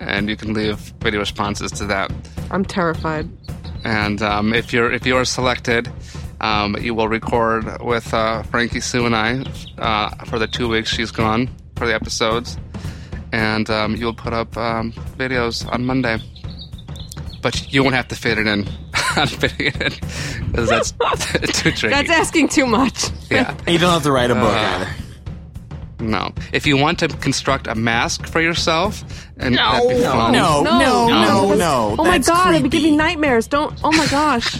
Speaker 10: And you can leave video responses to that.
Speaker 7: I'm terrified.
Speaker 10: And um, if you're if you are selected, um, you will record with uh, Frankie Sue and I uh, for the two weeks she's gone for the episodes, and um, you'll put up um, videos on Monday. But you won't have to fit it in. fit it in 'cause that's too tricky.
Speaker 7: That's asking too much.
Speaker 10: Yeah.
Speaker 8: You don't have to write a book
Speaker 10: Uh,
Speaker 8: either.
Speaker 10: No. If you want to construct a mask for yourself, and
Speaker 8: No.
Speaker 10: that'd be
Speaker 8: No.
Speaker 10: fun.
Speaker 8: No, No. no, no, no.
Speaker 7: Oh my god, it'd be giving me nightmares. Don't. Oh my gosh.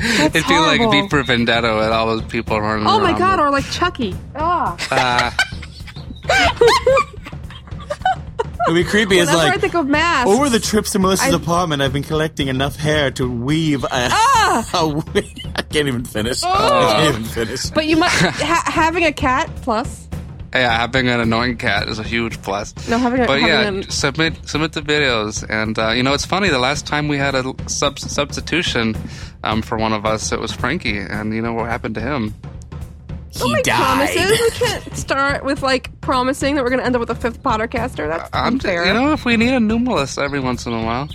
Speaker 10: It'd be like
Speaker 7: horrible.
Speaker 10: V for Vendetta with all those people running
Speaker 7: oh
Speaker 10: around.
Speaker 7: my god, or like Chucky. Ah.
Speaker 10: Uh,
Speaker 8: It'd be creepy. It's
Speaker 7: Whenever I
Speaker 8: like
Speaker 7: think of masks.
Speaker 8: over the trips to Melissa's
Speaker 7: I-
Speaker 8: apartment, I've been collecting enough hair to weave a.
Speaker 7: Ah,
Speaker 8: a we- Oh, I can't even finish. I can't even finish.
Speaker 7: Oh. But you might ha- having a cat plus.
Speaker 10: yeah, having an annoying cat is a huge plus.
Speaker 7: No, having a-
Speaker 10: But yeah,
Speaker 7: having an-
Speaker 10: submit submit the videos, and uh, you know it's funny. The last time we had a sub- substitution um, for one of us, it was Frankie, and you know what happened to him?
Speaker 7: He don't make Oh promises. We can't start with like promising that we're gonna end up with a fifth Pottercaster. That's
Speaker 10: I'm
Speaker 7: unfair.
Speaker 10: you know if we need a numeralist every once in a while.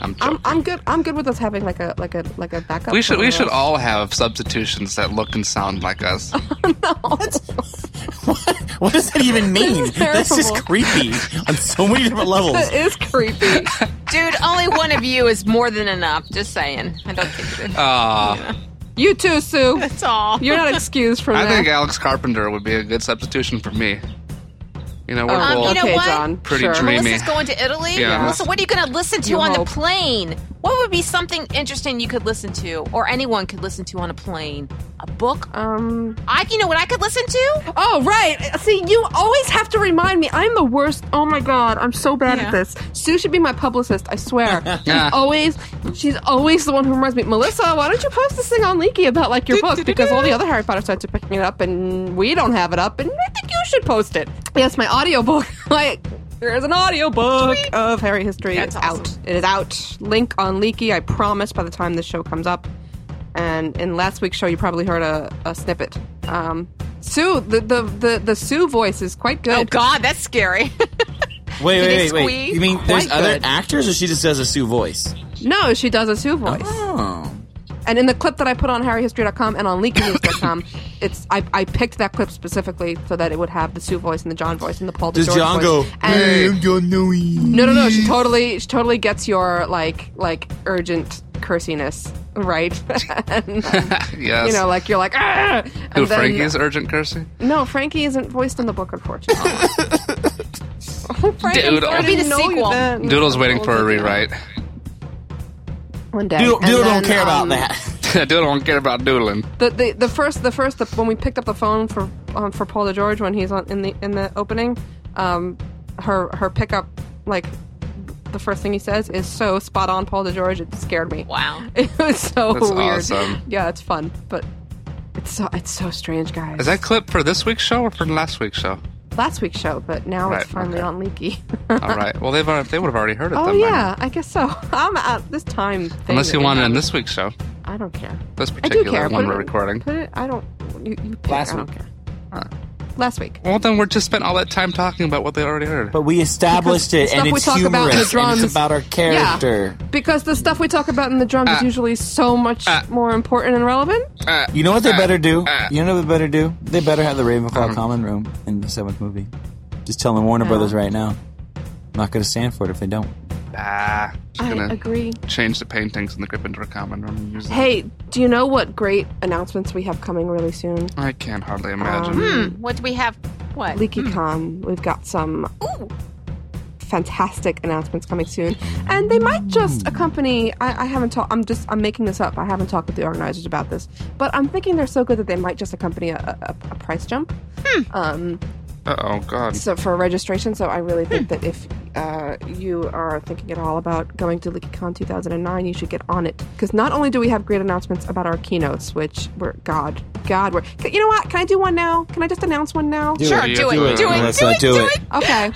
Speaker 10: I'm
Speaker 7: I'm, I'm good. I'm good with us having like a like a like a backup.
Speaker 10: we should we should
Speaker 7: plan.
Speaker 10: all have substitutions that look and sound like us.
Speaker 8: What does that even mean? That's just
Speaker 9: terrible.
Speaker 8: creepy on so many different levels.
Speaker 7: is creepy.
Speaker 9: Dude, only one of you is more than enough. Just saying. I don't think it is.
Speaker 10: Uh,
Speaker 7: You too, Sue. That's
Speaker 9: all.
Speaker 7: You're not excused from
Speaker 10: I
Speaker 7: that.
Speaker 10: think Alex Carpenter would be a good substitution for me. You know, we're
Speaker 9: Um,
Speaker 7: Oh,
Speaker 10: both
Speaker 9: you know what?
Speaker 10: pretty dreamy.
Speaker 9: Melissa's going to Italy.
Speaker 10: Yeah.
Speaker 9: Melissa, what are you going to listen to
Speaker 7: You
Speaker 9: on
Speaker 7: hope.
Speaker 9: the plane? What would be something interesting you could listen to, or anyone could listen to on a plane? A book?
Speaker 7: Um,
Speaker 9: I. You know what I could listen to?
Speaker 7: Oh right. See, you always have to remind me. I'm the worst. Oh my god, I'm so bad
Speaker 9: Yeah.
Speaker 7: at this. Sue should be my publicist. I swear. she's always, she's always the one who reminds me. Melissa, why don't you post this thing on Leaky about like your book? Because all the other Harry Potter sites are picking it up, and we don't have it up. And I think you should post it. Yes, my audiobook. like. There is an audiobook of Harry History. it's out. It is out. Link on Leaky, I promise, by the time this show comes up. And in last week's show, you probably heard a, a snippet. Um, Sue, the, the, the, the Sue voice is quite good. Oh,
Speaker 9: God, that's scary.
Speaker 8: Wait,
Speaker 7: Did
Speaker 8: wait, wait,
Speaker 7: it
Speaker 8: wait.
Speaker 7: squeak?
Speaker 8: You mean there's
Speaker 7: Quite
Speaker 8: other
Speaker 7: good.
Speaker 8: actors, or she just does a Sue voice?
Speaker 7: no, she does a Sue voice.
Speaker 8: Oh.
Speaker 7: And in the clip that I put on harryhistory.com and on leakynews.com, it's I, I picked that clip specifically so that it would have the Sue voice and the John voice and the Paul
Speaker 8: Does
Speaker 7: DeGeorge
Speaker 8: John
Speaker 7: voice.
Speaker 8: go?
Speaker 7: And-
Speaker 8: Hey, I'm John Dewey."
Speaker 7: No, no, no. She totally, she totally gets your like, like urgent cursiness, right? and,
Speaker 10: Yes.
Speaker 7: You know, like you're like, ah. And
Speaker 10: Who,
Speaker 7: then- Mm-hmm.
Speaker 10: Frankie's urgent cursing?
Speaker 7: No, Frankie isn't voiced in the book, unfortunately. Frankie,
Speaker 10: Doodle.
Speaker 7: I
Speaker 10: It'll be the
Speaker 7: didn't know you
Speaker 9: sequel.
Speaker 7: then.
Speaker 10: Doodle's waiting for
Speaker 7: Mm-hmm.
Speaker 10: a rewrite.
Speaker 7: One day.
Speaker 10: Doodle,
Speaker 7: And then, um,
Speaker 10: that. Doodle don't care about doodling.
Speaker 7: The, the the first the first the, when we picked up the phone for um, for Paula George when he's on in the in the opening, um, her her pickup like the first thing he says is so spot on Paula George it scared me.
Speaker 9: Wow,
Speaker 7: it was so
Speaker 10: That's
Speaker 7: weird.
Speaker 10: awesome.
Speaker 7: Yeah, it's fun, but it's so it's so strange, guys.
Speaker 10: Is that clip for this week's show or for last week's show?
Speaker 7: last week's show, but now
Speaker 10: Right,
Speaker 7: it's finally on Leaky.
Speaker 10: All right. Well, they've already, they would have already heard it.
Speaker 7: oh
Speaker 10: then, by
Speaker 7: yeah, I guess so. I'm out this time.
Speaker 10: now.
Speaker 7: Thing
Speaker 10: Unless you
Speaker 7: that we
Speaker 10: want it
Speaker 7: have-
Speaker 10: in this week's show,
Speaker 7: I don't care.
Speaker 10: this
Speaker 7: I do
Speaker 10: particular
Speaker 7: care.
Speaker 10: one
Speaker 7: Put
Speaker 10: we're
Speaker 7: it-
Speaker 10: recording.
Speaker 7: Put it. I don't. You, you pick,
Speaker 10: Last
Speaker 7: I don't
Speaker 10: week.
Speaker 7: care. Last week.
Speaker 10: Well, then we're just spent all that time talking about what they already heard. But
Speaker 8: we established
Speaker 7: Because it, and stuff we it's talk about in the humorous, and it's drums-
Speaker 8: about our character.
Speaker 7: Because the stuff we talk about in the drums is
Speaker 10: Ah.
Speaker 8: Uh,
Speaker 7: usually so much more important and relevant.
Speaker 8: You know what they better do? you know what they better do? They better have the Ravenclaw common room in the seventh movie. Just telling Warner
Speaker 7: Yeah.
Speaker 8: Brothers right now. Not going to stand for it if they don't.
Speaker 10: Ah, she's
Speaker 7: I
Speaker 10: gonna
Speaker 7: agree.
Speaker 10: change the paintings in the Gryffindor common room. and use them.
Speaker 7: Hey, do you know what great announcements we have coming really soon?
Speaker 10: I can't
Speaker 7: Oh.
Speaker 10: hardly imagine.
Speaker 9: Hmm, what do we have? What?
Speaker 10: Hmm.
Speaker 7: LeakyCon, we've got some fantastic announcements coming soon, and they might
Speaker 10: Hmm.
Speaker 7: just accompany. I, I haven't talked. I'm just. I'm making this up. I haven't talked with the organizers about this, but I'm thinking they're so good that they might just accompany a, a, a price jump. Um,
Speaker 10: Uh oh, God.
Speaker 7: so for registration, so I really
Speaker 8: Hmm.
Speaker 7: think that if uh, you are thinking at all about going to LeakyCon 2009, you should get on it because not only do we have great announcements about our keynotes, which were God, God, we're you know what? Can I do one now? Can I just announce one now?
Speaker 8: Do Sure, it. do Do it. it, do it, Melissa, do it, do do it.
Speaker 7: Okay,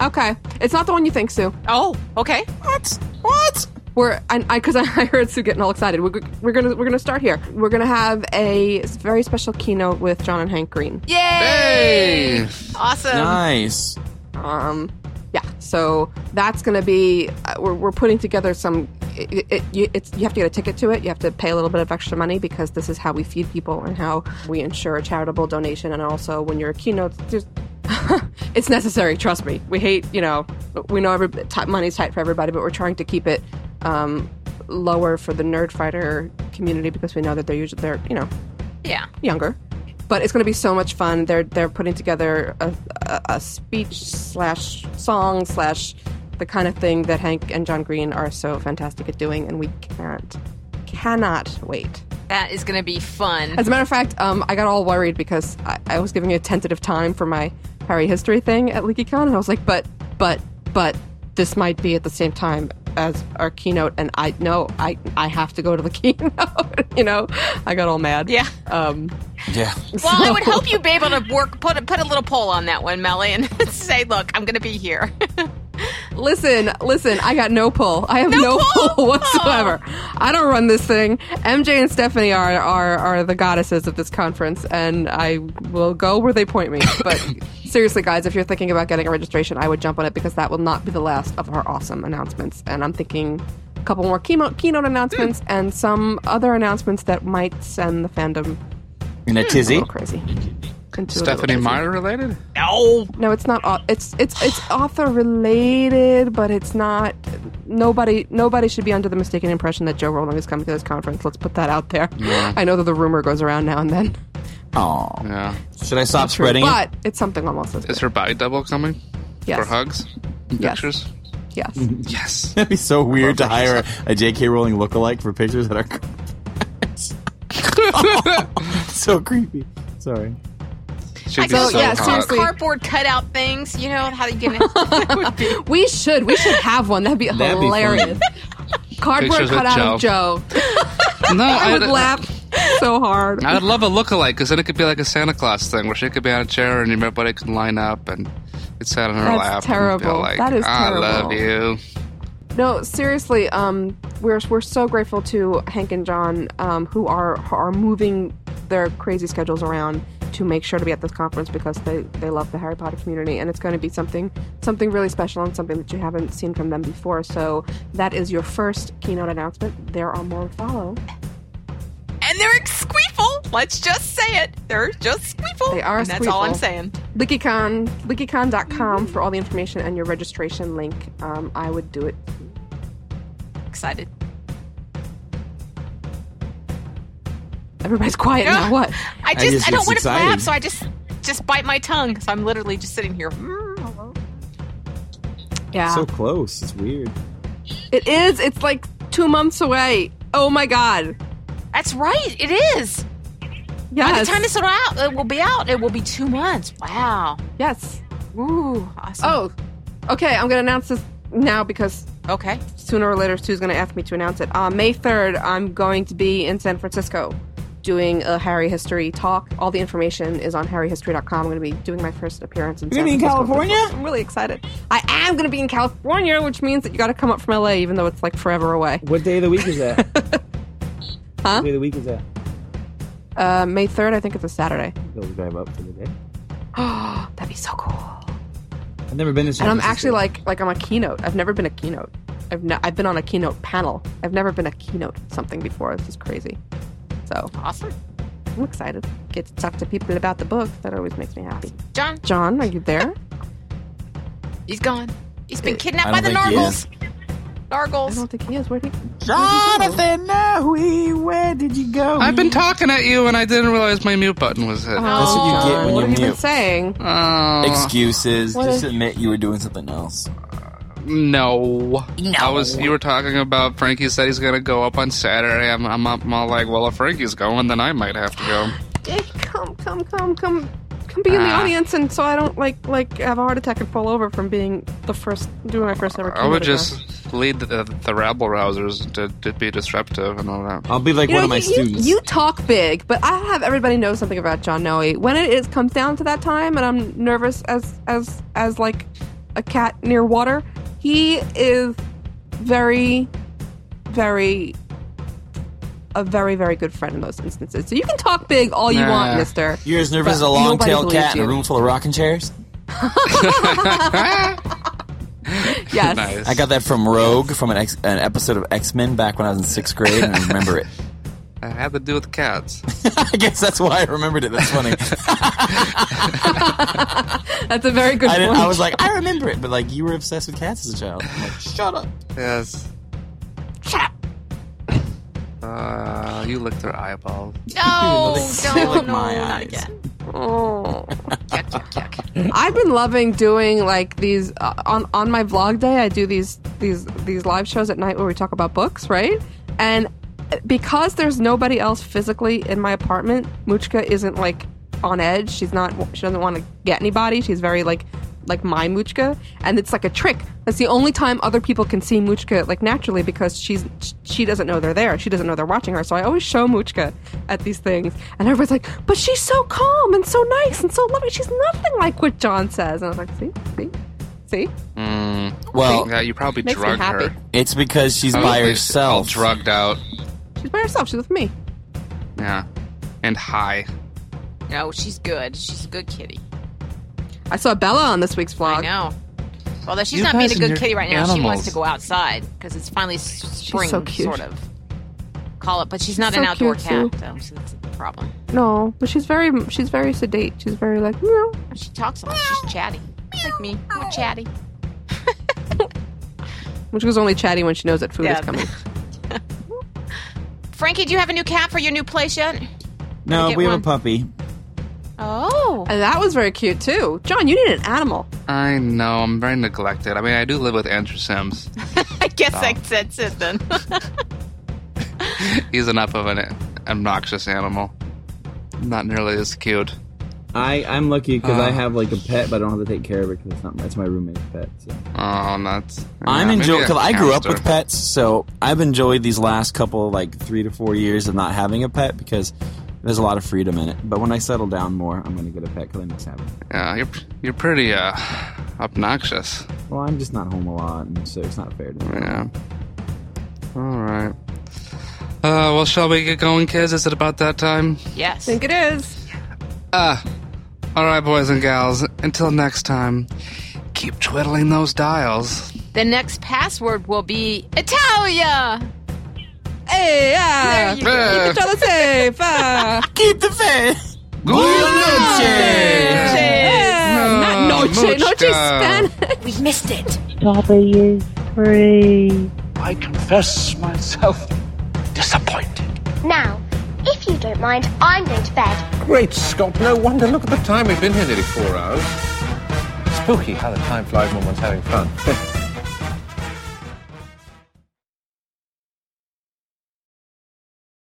Speaker 7: okay. It's not the one you think, Sue.
Speaker 9: Oh, okay.
Speaker 7: What? What? We're and I because I, I heard Sue getting all excited. We're, we're gonna we're gonna start here. We're gonna have a very special keynote with John and Hank Green.
Speaker 9: Yay! Awesome.
Speaker 8: Nice.
Speaker 7: Um, yeah. So that's going to be uh, we're, we're putting together some. It, it, you, it's, you have to get a ticket to it. You have to pay a little bit of extra money because this is how we feed people and how we ensure a charitable donation. And also, when you're a keynote, there's, it's necessary. Trust me. We hate you know we know every t- money's tight for everybody, but we're trying to keep it um, lower for the nerd fighter community because we know that they're usually they're you know
Speaker 9: Yeah.
Speaker 7: younger. But it's going to be so much fun. They're they're putting together a, a, a speech slash song slash the kind of thing that Hank and John Green are so fantastic at doing, and we can't cannot wait.
Speaker 9: That is going to be fun.
Speaker 7: As a matter of fact, um, I got all worried because I, I was giving a tentative time for my Harry history thing at LeakyCon, and I was like, but but but this might be at the same time as our keynote, and I no, I I have to go to the keynote. you know, I got all mad.
Speaker 9: Yeah.
Speaker 7: Um,
Speaker 8: yeah.
Speaker 9: Well, I would hope you'd be able to work put a, put a little poll on that one, Melly, and say, "Look, I'm going to be here."
Speaker 7: Listen, listen, I got no pull. I have no, pull? whatsoever. I don't run this thing. MJ and Stephanie are, are are the goddesses of this conference, and I will go where they point me. But seriously, guys, if you're thinking about getting a registration, I would jump on it because that will not be the last of our awesome announcements. And I'm thinking a couple more keynote, keynote announcements and some other announcements that might send the fandom
Speaker 8: In a tizzy.
Speaker 7: little crazy. Into a little
Speaker 10: Stephanie
Speaker 7: tizzy.
Speaker 10: Meyer related?
Speaker 7: No, no, it's not. au- It's it's it's author related, but it's not. Nobody nobody should be under the mistaken impression that Joe Rowling is coming to this conference. Let's put that out there.
Speaker 8: Yeah.
Speaker 7: I know that the rumor goes around now and then,
Speaker 8: Oh.
Speaker 10: Yeah.
Speaker 8: Should I stop spreading
Speaker 7: but it's something almost as
Speaker 10: Is her body double coming?
Speaker 7: Yes.
Speaker 10: For hugs? And
Speaker 7: Yes.
Speaker 10: Pictures?
Speaker 7: yes.
Speaker 10: Yes.
Speaker 8: That'd be so weird to hire a J.K. Rowling lookalike for pictures that are so creepy. Sorry.
Speaker 9: I
Speaker 7: oh,
Speaker 9: go, yeah, seriously. Cardboard cutout things. You know how you can.
Speaker 7: we should we should have one. That'd be
Speaker 9: That'd be
Speaker 7: hilarious. Cardboard
Speaker 10: Pictures with
Speaker 7: cut out of Joe. no, I, would
Speaker 10: I-
Speaker 7: laugh so hard.
Speaker 10: I'd love a lookalike because then it could be like a Santa Claus thing where she could be on a chair and everybody could line up and it's sat on her
Speaker 7: That's
Speaker 10: lap. and be
Speaker 7: terrible.
Speaker 10: like,
Speaker 7: That is
Speaker 10: I love
Speaker 7: terrible.
Speaker 10: you.
Speaker 7: No, seriously, um, we're we're so grateful to Hank and John, um, who are who are moving their crazy schedules around to make sure to be at this conference because they, they love the Harry Potter community and it's going to be something something really special and something that you haven't seen from them before. So that is your first keynote announcement. There are more to follow.
Speaker 9: and they're squeeful. Let's just say it. They're just squeeful.
Speaker 7: They are
Speaker 9: And that's all I'm
Speaker 7: squeeful.
Speaker 9: saying.
Speaker 7: LeakyCon, leakycon.com for all the information and your registration link. Um, I would do it.
Speaker 9: Excited.
Speaker 7: Everybody's quiet now. What?
Speaker 9: I just I, don't want to clap, so I just just bite my tongue. So I'm literally just sitting here. Mm, hello.
Speaker 7: Yeah.
Speaker 8: So close. It's weird.
Speaker 7: It is. It's like two months away. Oh my god.
Speaker 9: That's right. It is. By the
Speaker 7: Yes.
Speaker 9: time this will out, it will be out. It will be two months. Wow.
Speaker 7: Yes.
Speaker 9: Ooh. Awesome.
Speaker 7: Oh. Okay, I'm gonna announce this now because
Speaker 9: okay,
Speaker 7: sooner or later Sue's gonna ask me to announce it. Uh, May 3rd, I'm going to be in San Francisco doing a Harry history talk. All the information is on harryhistory.com. I'm going to be doing my first appearance in
Speaker 20: You're gonna
Speaker 7: San
Speaker 20: be in
Speaker 7: Francisco.
Speaker 20: California?
Speaker 7: I'm really excited. I am going to be in California, which means that you got to come up from LA, even though it's like forever away.
Speaker 20: What day of the week is that?
Speaker 7: Huh?
Speaker 20: What day of the week is that?
Speaker 7: Uh, May 3rd, I think it's a Saturday.
Speaker 20: Go drive up for the day.
Speaker 7: Oh, that'd be so cool.
Speaker 20: I've never been to. San
Speaker 7: And I'm
Speaker 20: Francisco.
Speaker 7: actually like like I'm a keynote. I've never been a keynote. I've ne- I've been on a keynote panel. I've never been a keynote something before. This is crazy. So
Speaker 9: awesome.
Speaker 7: I'm excited. Get to talk to people about the book. That always makes me happy.
Speaker 9: John,
Speaker 7: John, are you there?
Speaker 9: he's gone. He's been kidnapped
Speaker 7: I
Speaker 9: by
Speaker 7: don't
Speaker 9: the
Speaker 7: think he
Speaker 9: Nargles.
Speaker 7: is.
Speaker 9: Nargles. I
Speaker 7: don't think he is. Where did he?
Speaker 19: Jonathan, no, he, where did you go?
Speaker 10: I've been talking at you and I didn't realize my mute button was hit. Oh,
Speaker 7: That's
Speaker 8: what you get when
Speaker 7: "Oh,
Speaker 8: you
Speaker 7: what have you been
Speaker 8: mute.
Speaker 7: saying?
Speaker 8: Excuses.
Speaker 7: What
Speaker 8: Just
Speaker 7: is-
Speaker 8: admit you were doing something else.
Speaker 10: No. No. I was you were talking about Frankie said he's gonna go up on Saturday. I'm I'm, I'm all like, well if Frankie's going then I might have to go.
Speaker 7: Hey, come, come, come, come, come be in the
Speaker 10: Ah.
Speaker 7: audience, and so I don't like like have a heart attack and fall over from being the first doing my first ever.
Speaker 10: I would
Speaker 7: keynote address.
Speaker 10: just lead the, the, the rabble rousers to, to be disruptive and all that.
Speaker 8: I'll be like
Speaker 7: You know, you, you- you talk big, but I have everybody know something about John Noe. When it is comes down to that time, and I'm nervous as as as like a cat near water, he is very, very, a very very good friend in those instances. So you can talk big all you want, Mister.
Speaker 8: You're as nervous
Speaker 7: but
Speaker 8: as a long
Speaker 7: nobody
Speaker 8: tailed
Speaker 7: believes
Speaker 8: cat in a
Speaker 7: you.
Speaker 8: room full of rocking chairs.
Speaker 7: Yes.
Speaker 8: I got that from Rogue from an, ex- an episode of X Men back when I was in sixth grade, and I remember it.
Speaker 10: I had to do with cats.
Speaker 8: I guess that's why I remembered it. That's funny.
Speaker 7: That's a very good
Speaker 8: I, didn't-
Speaker 7: point.
Speaker 8: I was like, I remember it, but like you were obsessed with cats as a child. I'm like, Shut up.
Speaker 10: Yes. Uh, you licked her eyeball.
Speaker 9: No,
Speaker 8: They
Speaker 9: no,
Speaker 8: lick
Speaker 9: no,
Speaker 8: my
Speaker 9: not
Speaker 8: eyes.
Speaker 9: again.
Speaker 7: Oh. I've been loving doing like these uh, on on my vlog day. I do these these these live shows at night where we talk about books, right? And because there's nobody else physically in my apartment, Muchka isn't like on edge. She's not. She doesn't want to get anybody. She's very like like my Muchka, and it's like a trick. That's the only time other people can see Muchka like naturally because she's she doesn't know they're there. She doesn't know they're watching her. So I always show Muchka at these things, and everybody's like, "But she's so calm and so nice and so loving. She's nothing like what John says." And I was like, "See, see, see."
Speaker 10: Mm.
Speaker 8: Well-
Speaker 10: yeah, you probably
Speaker 7: Makes me
Speaker 10: drugged
Speaker 7: happy.
Speaker 10: her.
Speaker 8: It's because she's by
Speaker 10: Probably all
Speaker 8: herself.
Speaker 10: drugged out.
Speaker 7: She's by herself. She's with me.
Speaker 10: Yeah, and high.
Speaker 9: No, she's good. She's a good kitty.
Speaker 7: I saw Bella on this week's vlog. I
Speaker 9: know. Although she's
Speaker 7: You
Speaker 9: not being
Speaker 7: guys
Speaker 9: a
Speaker 7: and
Speaker 9: good
Speaker 7: your
Speaker 9: kitty right now, she wants
Speaker 7: animals.
Speaker 9: to go outside because it's finally s- spring,
Speaker 7: so cute.
Speaker 9: sort of. Call it, but she's not
Speaker 7: So
Speaker 9: an outdoor
Speaker 7: cute,
Speaker 9: cat,
Speaker 7: too.
Speaker 9: though, so that's the problem.
Speaker 7: No, but she's very she's very sedate. She's very like meow.
Speaker 9: She talks a lot. She's chatty, like me. We're chatty.
Speaker 7: Muchka's only chatty when she knows that food
Speaker 9: Yeah.
Speaker 7: is coming.
Speaker 9: Frankie, do you have a new cat for your new place yet?
Speaker 8: No,
Speaker 9: Get
Speaker 8: we have
Speaker 9: one.
Speaker 8: a puppy.
Speaker 9: Oh,
Speaker 7: and that was very cute too. John, you need an animal.
Speaker 10: I know. I'm very neglected. I mean, I do live with Andrew Sims.
Speaker 9: I guess
Speaker 10: Oh.
Speaker 9: I said it then.
Speaker 10: He's enough of an obnoxious animal. Not nearly as cute.
Speaker 20: I I'm lucky because
Speaker 10: Uh.
Speaker 20: I have like a pet, but I don't have to take care of it because it's not that's my roommate's pet. So.
Speaker 10: Oh, that's.
Speaker 8: I'm
Speaker 10: yeah,
Speaker 8: enjoying
Speaker 10: maybe a
Speaker 8: because I grew up
Speaker 10: hamster.
Speaker 8: with pets, so I've enjoyed these last couple like three to four years of not having a pet because there's a lot of freedom in it. But when I settle down more, I'm going to get a pet because I miss having. It.
Speaker 10: Yeah, you're you're pretty uh, obnoxious.
Speaker 20: Well, I'm just not home a lot, and so it's not fair to me.
Speaker 10: Yeah. All right. Uh, well, shall we get going, kids? Is it about that time?
Speaker 9: Yes.
Speaker 7: Think it is.
Speaker 10: Ah. all right, boys and gals. Until next time, keep twiddling those dials.
Speaker 9: the next password will be Italia.
Speaker 7: Hey, yeah.
Speaker 9: There you go.
Speaker 10: Keep each
Speaker 7: other safe. Uh.
Speaker 8: Keep the faith.
Speaker 7: Not noche, noche Spanish.
Speaker 4: We missed it.
Speaker 21: W three.
Speaker 22: I confess myself disappointed.
Speaker 5: Now, if you don't mind, I'm going to bed.
Speaker 22: Great Scott, no wonder. Look at the time. We've been here nearly four hours. Spooky how the time flies when one's having fun.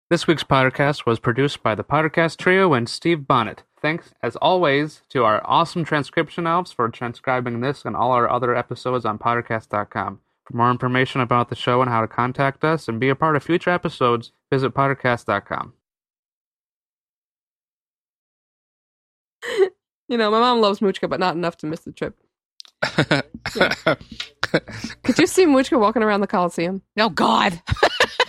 Speaker 23: This week's podcast was produced by the Podcast Trio and Steve Bonnet. Thanks, as always, to our awesome transcription elves for transcribing this and all our other episodes on podcast.com. For more information about the show and how to contact us and be a part of future episodes, visit podcast.com.
Speaker 7: You know, my mom loves Moochka, but not enough to miss the trip. Yeah. Could you see Moochka walking around the Coliseum?
Speaker 24: Oh, God.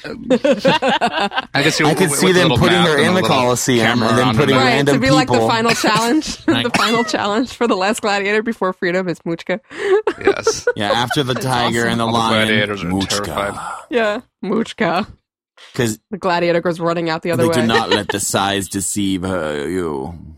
Speaker 10: I guess you
Speaker 11: I could
Speaker 10: with-
Speaker 11: see
Speaker 10: with a
Speaker 11: them
Speaker 10: little
Speaker 11: putting
Speaker 10: map
Speaker 11: her
Speaker 10: and a
Speaker 11: in the
Speaker 10: little
Speaker 11: Colosseum
Speaker 10: camera
Speaker 11: and then
Speaker 10: on
Speaker 11: putting
Speaker 10: it.
Speaker 7: Right,
Speaker 11: random
Speaker 7: to be like the
Speaker 11: people.
Speaker 7: final challenge. the final challenge for the last gladiator before freedom is Moochka.
Speaker 10: Yes.
Speaker 11: Yeah, after the tiger and the
Speaker 10: All the
Speaker 11: lion.
Speaker 10: gladiators are
Speaker 11: Moochka.
Speaker 10: terrified.
Speaker 7: Yeah, Moochka.
Speaker 11: 'Cause
Speaker 7: The gladiator goes running out the other
Speaker 11: they
Speaker 7: way.
Speaker 11: do not let the size deceive her, you.